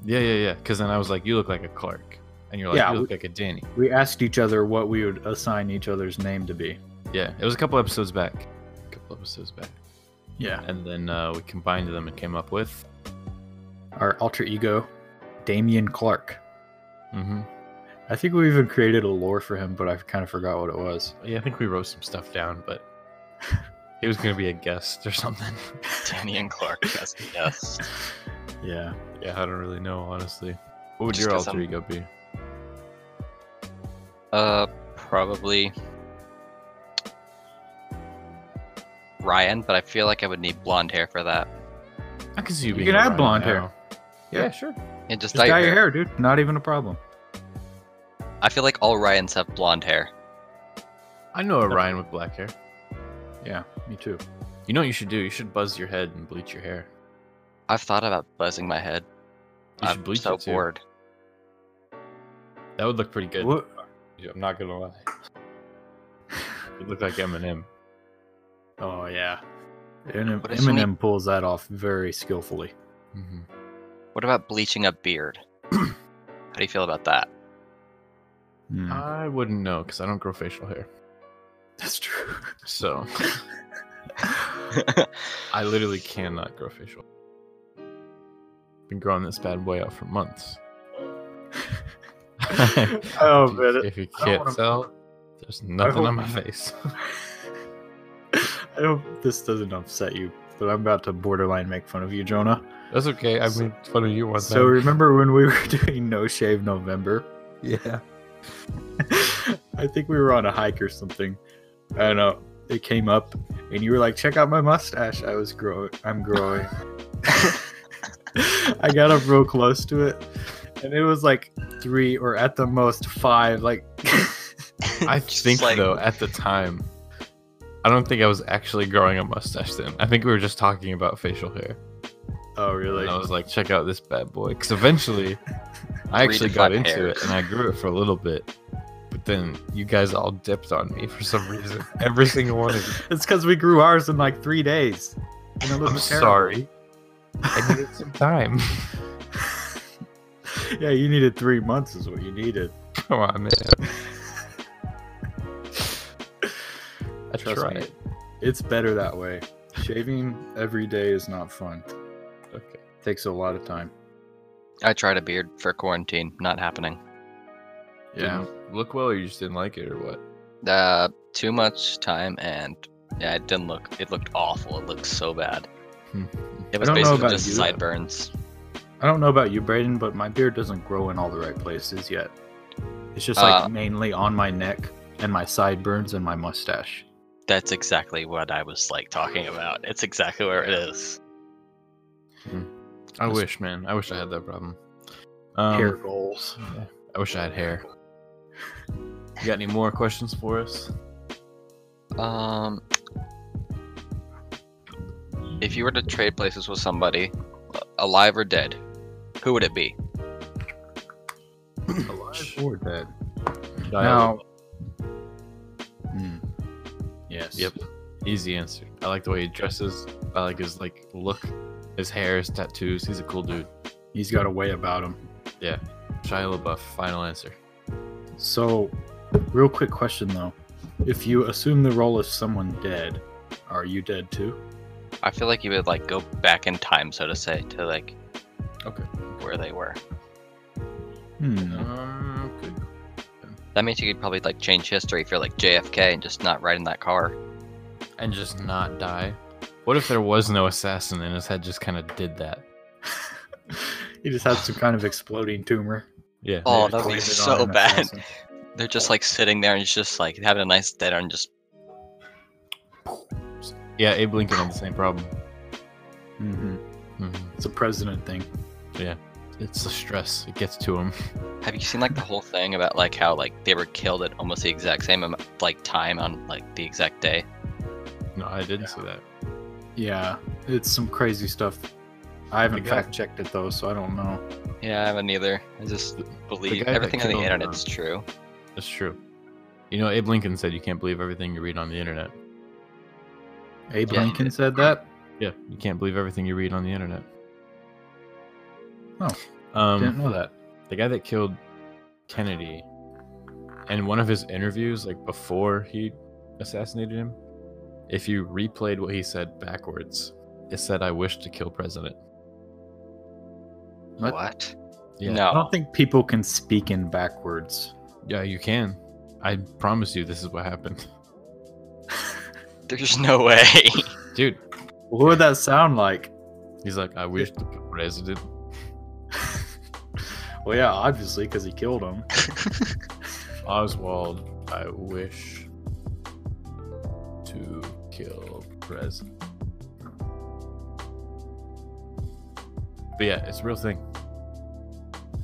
Speaker 2: Yeah, yeah, yeah. Because then I was like, you look like a Clark. And you're like,
Speaker 1: Yeah,
Speaker 2: you look
Speaker 1: we-
Speaker 2: like a Danny.
Speaker 1: We asked each other what we would assign each other's name to be.
Speaker 2: Yeah. It was a couple episodes back. A couple episodes back.
Speaker 1: Yeah.
Speaker 2: And then uh, we combined them and came up with.
Speaker 1: Our alter ego, Damien Clark.
Speaker 2: Mm-hmm.
Speaker 1: I think we even created a lore for him, but I kind of forgot what it was.
Speaker 2: Yeah, I think we wrote some stuff down, but he was going to be a guest or something.
Speaker 3: Danny and Clark. Yes. yes.
Speaker 1: Yeah.
Speaker 2: yeah, I don't really know, honestly. What would
Speaker 3: Just
Speaker 2: your
Speaker 3: 'cause
Speaker 2: alter
Speaker 3: I'm-
Speaker 2: ego be?
Speaker 3: Uh, probably Ryan, but I feel like I would need blonde hair for that.
Speaker 2: I can see you,
Speaker 1: You
Speaker 2: being
Speaker 1: can
Speaker 2: a
Speaker 1: add
Speaker 2: Ryan
Speaker 1: blonde hair.
Speaker 2: now. Yeah,
Speaker 1: Yeah.
Speaker 2: sure.
Speaker 3: And
Speaker 1: Just
Speaker 3: just, dye
Speaker 1: dye
Speaker 3: your
Speaker 1: your
Speaker 3: hair.
Speaker 1: hair, dude. Not even a problem.
Speaker 3: I feel like all Ryans have blonde hair.
Speaker 2: I know a Ryan with black hair.
Speaker 1: Yeah, me too.
Speaker 2: You know what you should do? You should buzz your head and bleach your hair.
Speaker 3: I've thought about buzzing my head.
Speaker 2: You should
Speaker 3: I'm
Speaker 2: bleach
Speaker 3: so
Speaker 2: it too.
Speaker 3: bored.
Speaker 2: That would look pretty good.
Speaker 1: What?
Speaker 2: I'm not gonna lie. You'd look like Eminem.
Speaker 1: Oh, yeah. And
Speaker 3: What if somebody-
Speaker 1: Eminem pulls that off very skillfully.
Speaker 2: Mm-hmm.
Speaker 3: What about bleaching a beard? How do you feel about that?
Speaker 1: Mm,
Speaker 2: I wouldn't know because I don't grow facial hair.
Speaker 1: that's true.
Speaker 2: So I literally cannot grow facial. Been growing this bad boy out for months.
Speaker 1: oh,
Speaker 2: If you-
Speaker 1: man.
Speaker 2: If you
Speaker 1: I don't
Speaker 2: can't
Speaker 1: wanna-
Speaker 2: tell, there's nothing
Speaker 1: hope-
Speaker 2: on my face.
Speaker 1: I hope this doesn't upset you, but I'm about to borderline make fun of you, Jonah.
Speaker 2: That's okay. I
Speaker 1: So-
Speaker 2: made fun of you one
Speaker 1: So
Speaker 2: time.
Speaker 1: remember when we were doing No Shave November?
Speaker 2: Yeah.
Speaker 1: I think we were on a hike or something. I don't know. It came up, and you were like, "Check out my mustache. I was growing. I'm growing." I got up real close to it, and it was like three or at the most five. Like,
Speaker 2: I
Speaker 3: Just
Speaker 2: think
Speaker 3: like-
Speaker 2: though at the time, I don't think I was actually growing a mustache then. I think we were just talking about facial hair.
Speaker 1: oh
Speaker 2: And
Speaker 1: really?
Speaker 2: I was like, check out this bad boy. Because eventually, I actually got
Speaker 3: Redefined
Speaker 2: into
Speaker 3: hair.
Speaker 2: it and I grew it for a little bit. But then you guys all dipped on me for some reason. Every single one of you.
Speaker 1: It's because we grew ours in like three days. And it
Speaker 2: I'm
Speaker 1: looked terrible.
Speaker 2: sorry. I needed some time.
Speaker 1: Yeah, you needed three months, is what you needed.
Speaker 2: Come on, man. I
Speaker 1: Trust
Speaker 2: tried.
Speaker 1: me, it's better that way. Shaving every day is not fun.
Speaker 2: Okay.
Speaker 1: takes a lot of time.
Speaker 3: I tried a beard for quarantine. Not happening.
Speaker 1: Yeah.
Speaker 2: Didn't look well, or you just didn't like it, or what?
Speaker 3: Uh, too much time and yeah, it didn't look. It looked awful. It looked so bad.
Speaker 2: Hmm.
Speaker 3: It was
Speaker 1: don't know
Speaker 3: basically
Speaker 1: about
Speaker 3: just
Speaker 1: you.
Speaker 3: sideburns.
Speaker 1: I don't know about you, Braden, but my beard doesn't grow in all the right places yet. It's just like
Speaker 3: Uh,
Speaker 1: mainly on my neck and and my sideburns and my mustache.
Speaker 3: That's exactly what I was like talking about. It's exactly where it is.
Speaker 2: I
Speaker 1: That's-
Speaker 2: wish, man. I wish I had that problem. Um,
Speaker 1: Hair goals.
Speaker 2: I wish I had hair. You got any more questions for us?
Speaker 3: Um, if you were to trade places with somebody, alive or dead, who would it be?
Speaker 1: Alive or dead?
Speaker 2: Dial-
Speaker 1: Now. Hmm. Yes.
Speaker 2: Yep. Easy answer. I like the way he dresses. I like his like look, his hair, his tattoos. He's a cool dude.
Speaker 1: He's got a way about him.
Speaker 2: Shia LaBeouf. Final answer.
Speaker 1: So, real quick question though. If you assume the role of someone dead, are you dead too?
Speaker 3: I feel like you would like go back in time, so to say, to like
Speaker 2: Okay.
Speaker 3: where they were.
Speaker 1: Hmm.
Speaker 2: Um, good.
Speaker 3: That means you could probably like change history if you're like JFK and just not riding that car.
Speaker 2: And just not die. What if there was no assassin and his head just kind of did that?
Speaker 1: he just had some kind of exploding tumor.
Speaker 2: Yeah.
Speaker 3: Oh,
Speaker 1: They
Speaker 3: that'd be
Speaker 1: blamed it on
Speaker 3: so
Speaker 1: an
Speaker 3: bad.
Speaker 1: assassin.
Speaker 3: They're just like sitting there and it's just like having a nice dinner and just
Speaker 2: Yeah. Abe Lincoln had the same problem.
Speaker 1: Mhm.
Speaker 2: Mhm.
Speaker 1: It's a president thing.
Speaker 2: It's the stress. It gets to him.
Speaker 3: Have you seen like the whole thing about like how like they were killed at almost the exact same am- like time on like the exact day?
Speaker 2: No, I didn't see that.
Speaker 1: Yeah, it's some crazy stuff. I haven't
Speaker 2: The guy-
Speaker 1: fact checked it though, so I don't know.
Speaker 3: Yeah, I haven't either. I just believe
Speaker 2: guy that
Speaker 3: everything on the
Speaker 2: killed, uh,
Speaker 3: internet's true.
Speaker 2: That's true. You know, Abe Lincoln said you can't believe everything you read on the internet.
Speaker 1: Abe
Speaker 3: Yeah.
Speaker 1: Lincoln said that.
Speaker 2: Yeah, you can't believe everything you read on the internet.
Speaker 1: Oh,
Speaker 2: um,
Speaker 1: Didn't know that.
Speaker 2: the guy that killed Kennedy, and one of his interviews, like before he assassinated him, if you replayed what he said backwards, it said, "I wish to kill president."
Speaker 1: What?
Speaker 3: What?
Speaker 2: Yeah.
Speaker 1: I
Speaker 3: No.
Speaker 1: don't think people can speak in backwards.
Speaker 2: Yeah, you can. I promise you, this is what happened,
Speaker 3: There's no way.
Speaker 2: dude.
Speaker 1: What would that sound like?
Speaker 2: He's like, "I wish to kill president."
Speaker 1: Well, yeah, obviously, because he killed him.
Speaker 2: Oswald, I wish to kill president. But yeah, it's a real thing.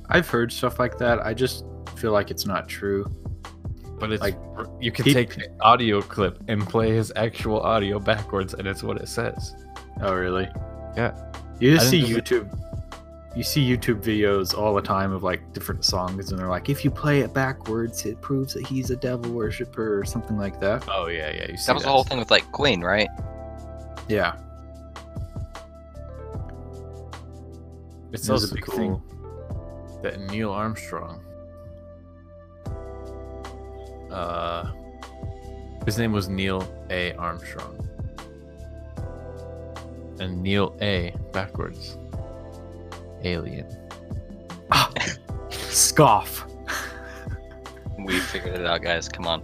Speaker 1: I've heard stuff like that. I just feel like it's not true.
Speaker 2: But it's like
Speaker 1: Like,
Speaker 2: you can
Speaker 1: he-
Speaker 2: take the audio clip and play his actual audio backwards, and it's what it says.
Speaker 1: Oh, really?
Speaker 2: Yeah.
Speaker 1: You just
Speaker 2: I
Speaker 1: see
Speaker 2: didn't
Speaker 1: YouTube. You see YouTube videos all the time of like different songs, and they're like, if you play it backwards, it proves that he's a devil worshiper or something like that.
Speaker 2: Oh yeah, yeah. You see
Speaker 3: that was the whole thing with like Queen, right?
Speaker 1: Yeah.
Speaker 2: It's
Speaker 1: It was
Speaker 2: also
Speaker 1: a big
Speaker 2: cool
Speaker 1: thing.
Speaker 2: that Neil Armstrong. Uh, his name was Neil A. Armstrong, and Neil A. backwards, alien.
Speaker 1: Scoff.
Speaker 3: We figured it out, guys. Come on.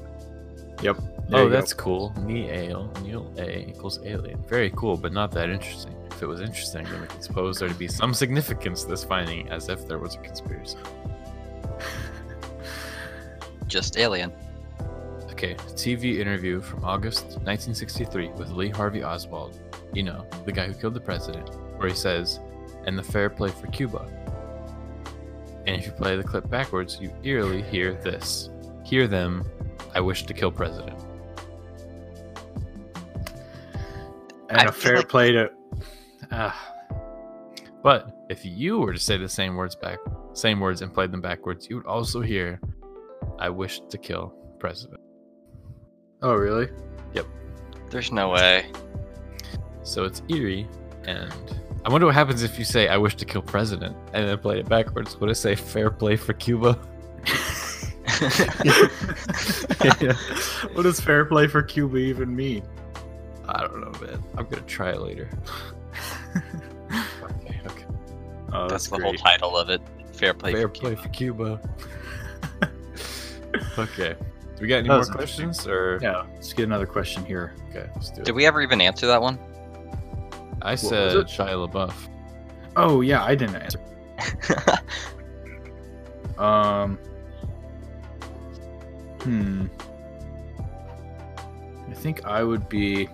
Speaker 1: Yep. There
Speaker 2: Oh,
Speaker 1: you go.
Speaker 2: that's cool. Neil, Neil A equals alien. Very cool, but not that interesting. If it was interesting, then we could suppose there to be some significance to this finding, as if there was a conspiracy.
Speaker 3: Just alien.
Speaker 2: Okay, TV interview from August 1963 with Lee Harvey Oswald, you know, the guy who killed the president, where he says, and the fair play for Cuba. And if you play the clip backwards, you eerily hear this. Hear them, I wish to kill president.
Speaker 1: and
Speaker 3: I
Speaker 1: a
Speaker 3: feel
Speaker 1: fair
Speaker 3: like-
Speaker 1: play to. Uh,
Speaker 2: But if you were to say the same words back, same words and played them backwards, you would also hear, "I wish to kill president."
Speaker 1: oh, really?
Speaker 3: There's no way.
Speaker 2: So it's eerie, and I wonder what happens if you say, "I wish to kill president," and then play it backwards. Would it say, "Fair play for Cuba"?
Speaker 1: What does fair play for Cuba even mean?
Speaker 2: I don't know, man. I'm gonna try it later. okay, okay.
Speaker 1: Oh,
Speaker 3: That's the whole
Speaker 1: great.
Speaker 3: title of it. Fair play.
Speaker 2: Fair
Speaker 3: for
Speaker 2: play
Speaker 3: Cuba.
Speaker 2: for Cuba. okay. Do we got any
Speaker 1: That
Speaker 2: more
Speaker 1: was interesting.
Speaker 2: questions? Or
Speaker 1: Yeah, let's get another question here.
Speaker 2: okay, let's do it.
Speaker 3: Did we ever even answer that one?
Speaker 2: I
Speaker 1: was
Speaker 2: said
Speaker 1: it?
Speaker 2: Shia LaBeouf.
Speaker 1: Oh yeah, I didn't answer. Um. Hmm. think I would be.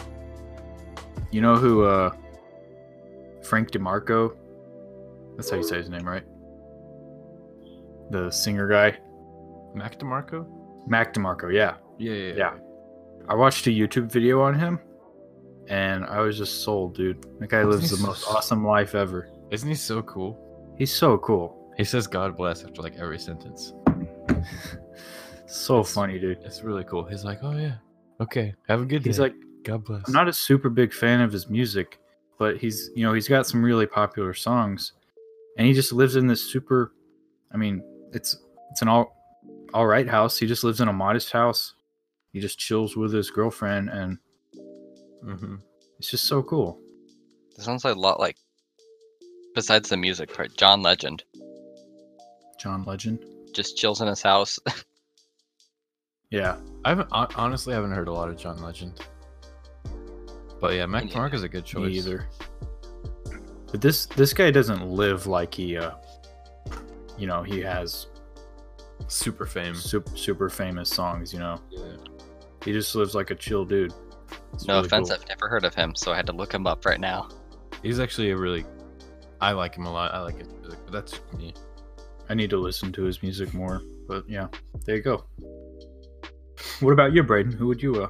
Speaker 1: you know who uh, Frank DeMarco? That's how you say his name, right? The singer guy,
Speaker 2: Mac DeMarco?
Speaker 1: Mac DeMarco. Yeah,
Speaker 2: Yeah, yeah,
Speaker 1: Yeah. I watched a YouTube video on him, and I was just sold, dude. That guy lives the most awesome life ever.
Speaker 2: Isn't he so cool?
Speaker 1: He's so cool,
Speaker 2: He says God bless after like every sentence.
Speaker 1: so funny, dude.
Speaker 2: It's really cool. He's like, oh yeah, okay, have a good day.
Speaker 1: He's like,
Speaker 2: God bless.
Speaker 1: I'm not a super big fan of his music, but he's you know he's got some really popular songs, and he just lives in this super. I mean, it's it's an all all right house. He just lives in a modest house. He just chills with his girlfriend, and
Speaker 2: mm-hmm.
Speaker 1: it's just so cool.
Speaker 3: This sounds a lot like, besides the music part, John Legend
Speaker 1: John Legend.
Speaker 3: just chills in his house.
Speaker 1: Yeah,
Speaker 2: I haven't hon- honestly haven't heard a lot of John Legend. But yeah, Mac
Speaker 3: Yeah,
Speaker 2: DeMarco is a good
Speaker 1: me
Speaker 2: choice.
Speaker 1: either. But this this guy doesn't live like he, uh, you know, he has
Speaker 2: Super fame.
Speaker 1: super super famous songs. You know,
Speaker 2: Yeah.
Speaker 1: he just lives like a chill dude. It's
Speaker 3: no
Speaker 1: really
Speaker 3: offense,
Speaker 1: cool.
Speaker 3: I've never heard of him, so I had to look him up right now.
Speaker 2: He's actually a really. I like him a lot. I like his music, but that's just me.
Speaker 1: I need to listen to his music more. But yeah, there you go. What about you, Braden? Who would you? Uh,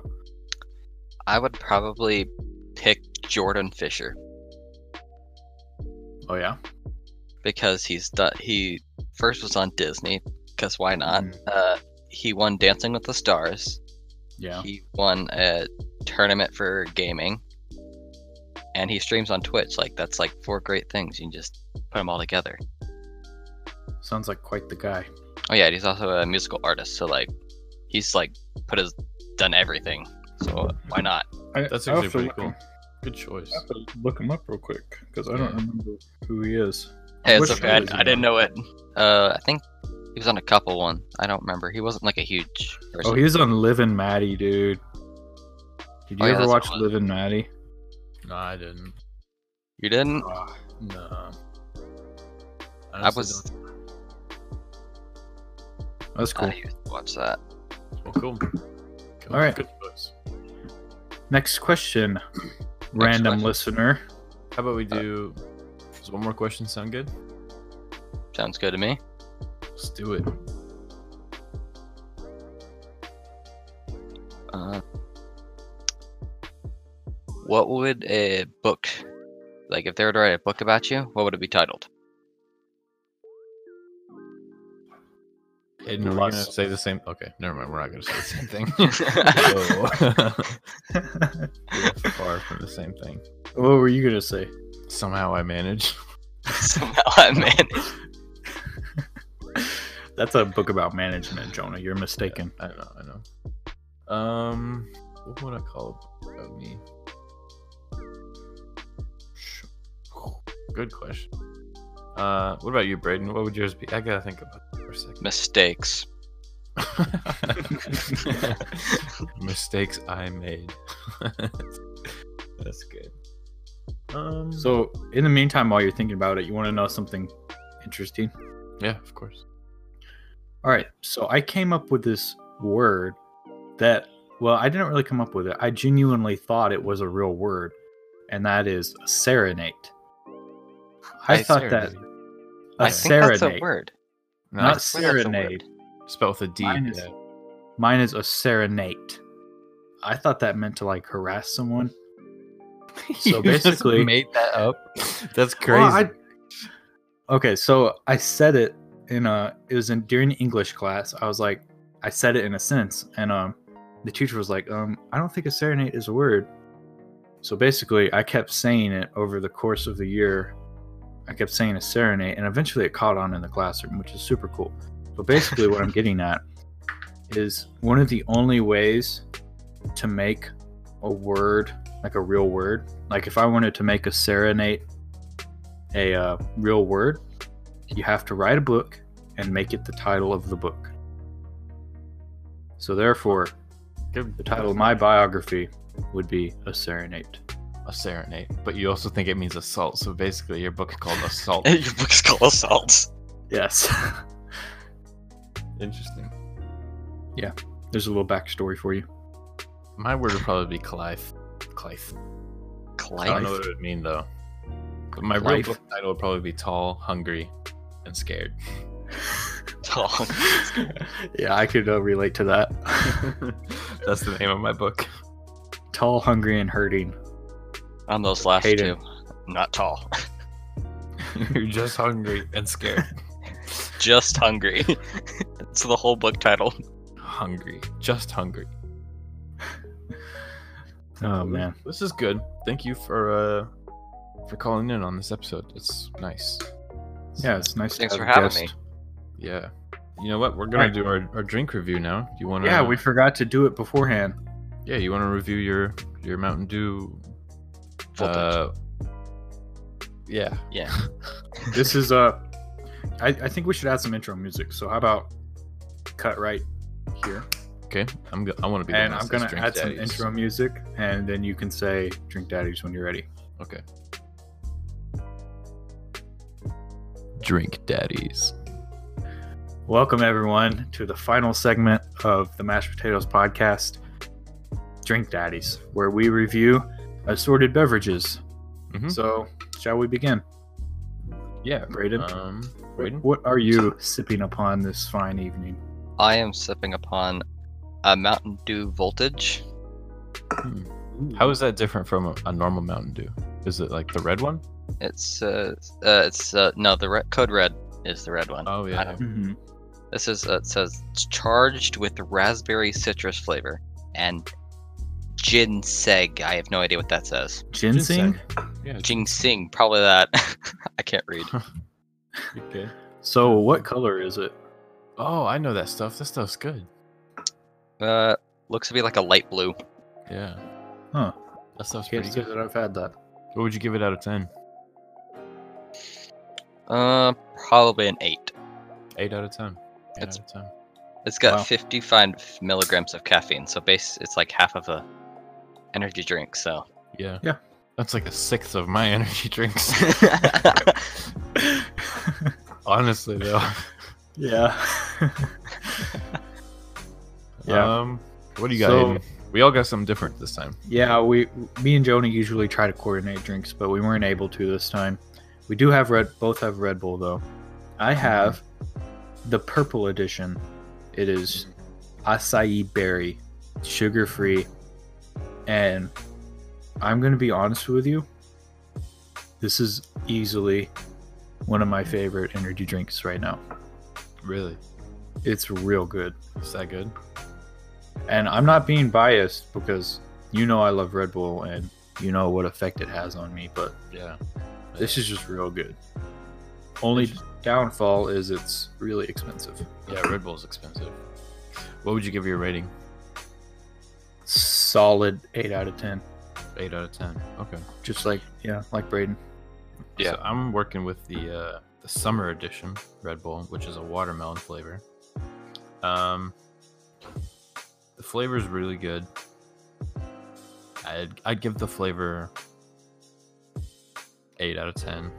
Speaker 3: I would probably pick Jordan Fisher
Speaker 1: oh yeah,
Speaker 3: because he's done. He first was on Disney because why not?
Speaker 1: Mhm.
Speaker 3: Uh, he won Dancing with the Stars.
Speaker 1: yeah.
Speaker 3: He won a tournament for gaming. And he streams on Twitch. Like that's like four great things. You can just put them all together.
Speaker 1: Sounds like quite the guy.
Speaker 3: Oh yeah, and he's also a musical artist. So like, he's like put his done everything. So why not?
Speaker 1: I,
Speaker 2: That's actually pretty cool. Good choice.
Speaker 1: to look him up real quick because I
Speaker 2: don't
Speaker 1: remember who he is.
Speaker 3: Hey, it's
Speaker 1: wish
Speaker 3: okay.
Speaker 1: I
Speaker 3: I,
Speaker 1: was
Speaker 3: I didn't know it. Uh, I think he was on a couple one. I don't remember. He wasn't like a huge. Person.
Speaker 1: Oh, he was on Livin' Maddie, dude. Did you
Speaker 3: Oh, yeah,
Speaker 1: ever
Speaker 3: that's
Speaker 1: watch
Speaker 3: the one.
Speaker 1: Livin' Maddie?
Speaker 2: No, I didn't.
Speaker 3: you
Speaker 1: Oh,
Speaker 3: didn't?
Speaker 2: No.
Speaker 3: I was.
Speaker 1: That's cool.
Speaker 3: I used to watch that.
Speaker 2: Well, cool.
Speaker 1: All right.
Speaker 2: Good choice.
Speaker 1: Next question, random
Speaker 3: question.
Speaker 1: listener.
Speaker 2: How about we do? Does one more question sound good?
Speaker 3: Sounds good to me.
Speaker 2: Let's do it.
Speaker 3: Uh, what would a book, like if they were to write a book about you, what would it be titled?
Speaker 2: Hayden, are we
Speaker 1: Lust.
Speaker 2: gonna say the same? Okay, never mind. We're not gonna say the same thing.
Speaker 3: I
Speaker 2: Whoa. Far from the same thing.
Speaker 1: what were you gonna say?
Speaker 2: Somehow I manage.
Speaker 3: Somehow I managed.
Speaker 1: That's a book about management, Jonah. You're mistaken.
Speaker 2: I know, I know. Um, what would I call about me? Sh- Good question. Uh, what about you, Braden? What would yours be? I gotta think about it for a
Speaker 3: Mistakes.
Speaker 2: second. Mistakes I made. That's good. Um,
Speaker 1: So, in the meantime, while you're thinking about it, you want to know something interesting?
Speaker 2: yeah, of course.
Speaker 1: All right. So I came up with this word that, well, I didn't really come up with it. I genuinely thought it was a real word, and that is a serenade. I
Speaker 3: A
Speaker 1: thought that
Speaker 2: serenade.
Speaker 1: a
Speaker 3: I think
Speaker 1: serenade,
Speaker 3: that's a word.
Speaker 2: No,
Speaker 1: not
Speaker 3: I swear that's a
Speaker 1: serenade.
Speaker 2: spell with a D.
Speaker 1: Mine is-
Speaker 2: yeah.
Speaker 1: Mine is a serenade. I thought that meant to like harass someone. So
Speaker 2: You just
Speaker 1: basically-
Speaker 2: made that up. That's crazy.
Speaker 1: Well, I- okay, so I said it in a. It was in during English class. I was like, I said it in a sense, and um, the teacher was like, um, I don't think a serenade is a word. So basically, I kept saying it over the course of the year. I kept saying a serenade, and eventually it caught on in the classroom, which is super cool. But basically, what I'm getting at is one of the only ways to make a word like a real word. Like if I wanted to make a serenade a uh, real word, you have to write a book and make it the title of the book. So, therefore,
Speaker 2: Good.
Speaker 1: the title of my biography would be A Serenade.
Speaker 2: a serenade, but you also think it means assault. So basically, your book is called Assault.
Speaker 3: Your book's called Assaults.
Speaker 1: Yes.
Speaker 2: Interesting.
Speaker 1: There's a little backstory for you.
Speaker 2: my word would probably be Clive. Clive. I don't know what
Speaker 3: Clive.
Speaker 2: it would mean though. But my
Speaker 1: Clive?
Speaker 2: real book title would probably be Tall, Hungry, and Scared.
Speaker 3: Tall.
Speaker 1: yeah, I could uh, relate to that.
Speaker 2: That's the name of my book.
Speaker 1: Tall, hungry, and hurting.
Speaker 3: On those last
Speaker 1: Hayden.
Speaker 3: two. Not tall.
Speaker 2: You're just hungry and scared.
Speaker 3: Just hungry. it's the whole book title.
Speaker 2: hungry. Just hungry.
Speaker 1: Oh man,
Speaker 2: This is good. Thank you for uh for calling in on this episode. It's nice.
Speaker 1: yeah, it's nice.
Speaker 3: Thanks
Speaker 1: to
Speaker 3: for
Speaker 1: have a
Speaker 3: having
Speaker 1: guest.
Speaker 3: me.
Speaker 2: Yeah. You know what? We're gonna
Speaker 1: Alright.
Speaker 2: do our, our drink review now. Do you wanna
Speaker 3: Uh,
Speaker 1: Yeah, we forgot to do it beforehand.
Speaker 2: Yeah, you wanna review your your Mountain Dew
Speaker 3: Voltage.
Speaker 2: uh, Yeah.
Speaker 3: yeah.
Speaker 1: This is uh, I, I think we should add some intro music. So how about cut right here,
Speaker 2: Okay. I'm go- I wanna be the
Speaker 1: and
Speaker 2: one
Speaker 1: I'm
Speaker 2: that says
Speaker 1: gonna
Speaker 2: drink
Speaker 1: add some
Speaker 2: daddies.
Speaker 1: intro music, and then you can say "Drink Daddies" when you're ready.
Speaker 2: Okay. Drink daddies.
Speaker 1: Welcome everyone to the final segment of the Mashed Potatoes podcast, Drink Daddies, where we review assorted beverages.
Speaker 2: Mhm.
Speaker 1: So, shall we begin?
Speaker 2: Yeah.
Speaker 1: Braden,
Speaker 2: Um Braden?
Speaker 1: what are you sipping upon this fine evening?
Speaker 3: I am sipping upon a Mountain Dew Voltage.
Speaker 2: How is that different from a, a normal Mountain Dew? Is it like the red one?
Speaker 3: It's uh, uh it's uh, no, the red, code red is the red one.
Speaker 2: Oh yeah.
Speaker 1: Mhm.
Speaker 3: This is uh, it says it's charged with raspberry citrus flavor and ginseng. I have no idea what that says.
Speaker 1: Ginseng?
Speaker 2: Yeah.
Speaker 3: Ginseng, probably that. I can't read.
Speaker 2: Okay.
Speaker 1: So, what color is it?
Speaker 2: Oh, I know that stuff. That stuff's good.
Speaker 3: Uh, looks to be like a light blue.
Speaker 2: Yeah.
Speaker 1: Huh.
Speaker 2: That stuff's
Speaker 1: Can't
Speaker 2: pretty
Speaker 1: say
Speaker 2: good.
Speaker 1: that I've had that.
Speaker 2: What would you give it out of ten?
Speaker 3: Uh, probably an eight.
Speaker 2: Eight out of ten. Eight
Speaker 3: That's-
Speaker 2: out of ten.
Speaker 3: It's got
Speaker 1: Wow.
Speaker 3: 55 milligrams of caffeine, so base it's like half of a energy drink. So
Speaker 2: Yeah.
Speaker 1: Yeah.
Speaker 2: That's like a sixth of my energy drinks. Honestly though.
Speaker 1: yeah. Yeah.
Speaker 2: Um what do you got?
Speaker 1: So-
Speaker 2: Hayden? we all got something different this time.
Speaker 1: yeah, we me and Joni usually try to coordinate drinks, but we weren't able to this time. We do have Red both have Red Bull though. I have the purple edition. It is acai berry, sugar free, and I'm gonna be honest with you. This is easily one of my favorite energy drinks right now.
Speaker 2: Really?
Speaker 1: It's real good.
Speaker 2: Is that good?
Speaker 1: And I'm not being biased because you know I love Red Bull and you know what effect it has on me, but
Speaker 2: Yeah.
Speaker 1: this is just real good. Only downfall is it's really expensive.
Speaker 2: Yeah, Red Bull's expensive. What would you give your rating?
Speaker 1: Solid 8 out of 10.
Speaker 2: Eight out of ten. Okay.
Speaker 1: Just like, yeah, like Braden.
Speaker 2: So I'm working with the uh, the summer edition Red Bull, which is a watermelon flavor. Um, the flavor is really good. I'd I'd give the flavor eight out of ten,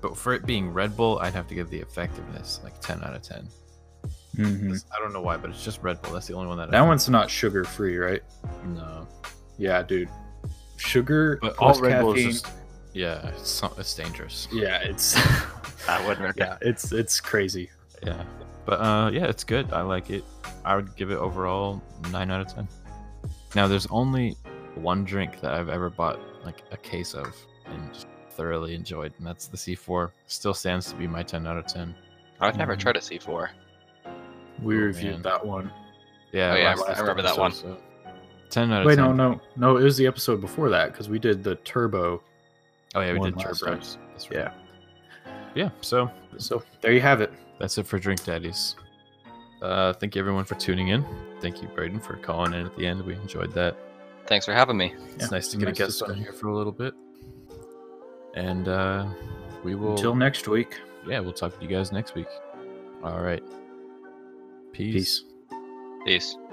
Speaker 2: but for it being Red Bull, I'd have to give the effectiveness like ten out of 10
Speaker 1: hmm
Speaker 2: I don't know why, but it's just Red Bull. That's the only one Mm. that. I
Speaker 1: That one's not sugar free, right?
Speaker 2: no,
Speaker 1: Yeah, dude. Sugar
Speaker 2: but all
Speaker 1: plus
Speaker 2: Red Bull is
Speaker 1: caffeine-
Speaker 2: just yeah, it's so- it's dangerous.
Speaker 1: Yeah, it's
Speaker 3: I wouldn't recommend.
Speaker 1: yeah, it's it's crazy.
Speaker 2: Yeah. But uh yeah, it's good. I like it. I would give it overall 9 out of 10. Now there's only one drink that I've ever bought like a case of and just thoroughly enjoyed and that's the C4. Still stands to be my 10 out of 10.
Speaker 3: I've never
Speaker 1: Mhm.
Speaker 3: tried a C4.
Speaker 1: We
Speaker 2: Oh,
Speaker 1: reviewed
Speaker 2: man.
Speaker 1: that one.
Speaker 2: Yeah,
Speaker 3: Oh, yeah, I
Speaker 2: last-
Speaker 3: re- I
Speaker 2: last
Speaker 3: remember that one.
Speaker 2: episode, so 10 out of
Speaker 1: Wait,
Speaker 2: 10.
Speaker 1: no, no, no. It was the episode before that because we did the turbo.
Speaker 2: Oh yeah, we
Speaker 1: One
Speaker 2: did
Speaker 1: last
Speaker 2: Turbo.
Speaker 1: time.
Speaker 2: That's
Speaker 1: Yeah.
Speaker 2: Yeah, so
Speaker 1: So there you have it.
Speaker 2: that's it for Drink Daddies. Uh thank you everyone for tuning in. Thank you Braden for calling in at the end. We enjoyed that.
Speaker 3: Thanks for having me.
Speaker 2: It's
Speaker 1: Yeah,
Speaker 2: nice to get
Speaker 1: nice
Speaker 2: a
Speaker 1: to
Speaker 2: guest on
Speaker 1: spend-
Speaker 2: here for a little bit. And uh, we will.
Speaker 1: Until next week.
Speaker 2: yeah, we'll talk to you guys next week. All right.
Speaker 1: Peace.
Speaker 2: Peace.
Speaker 3: Peace.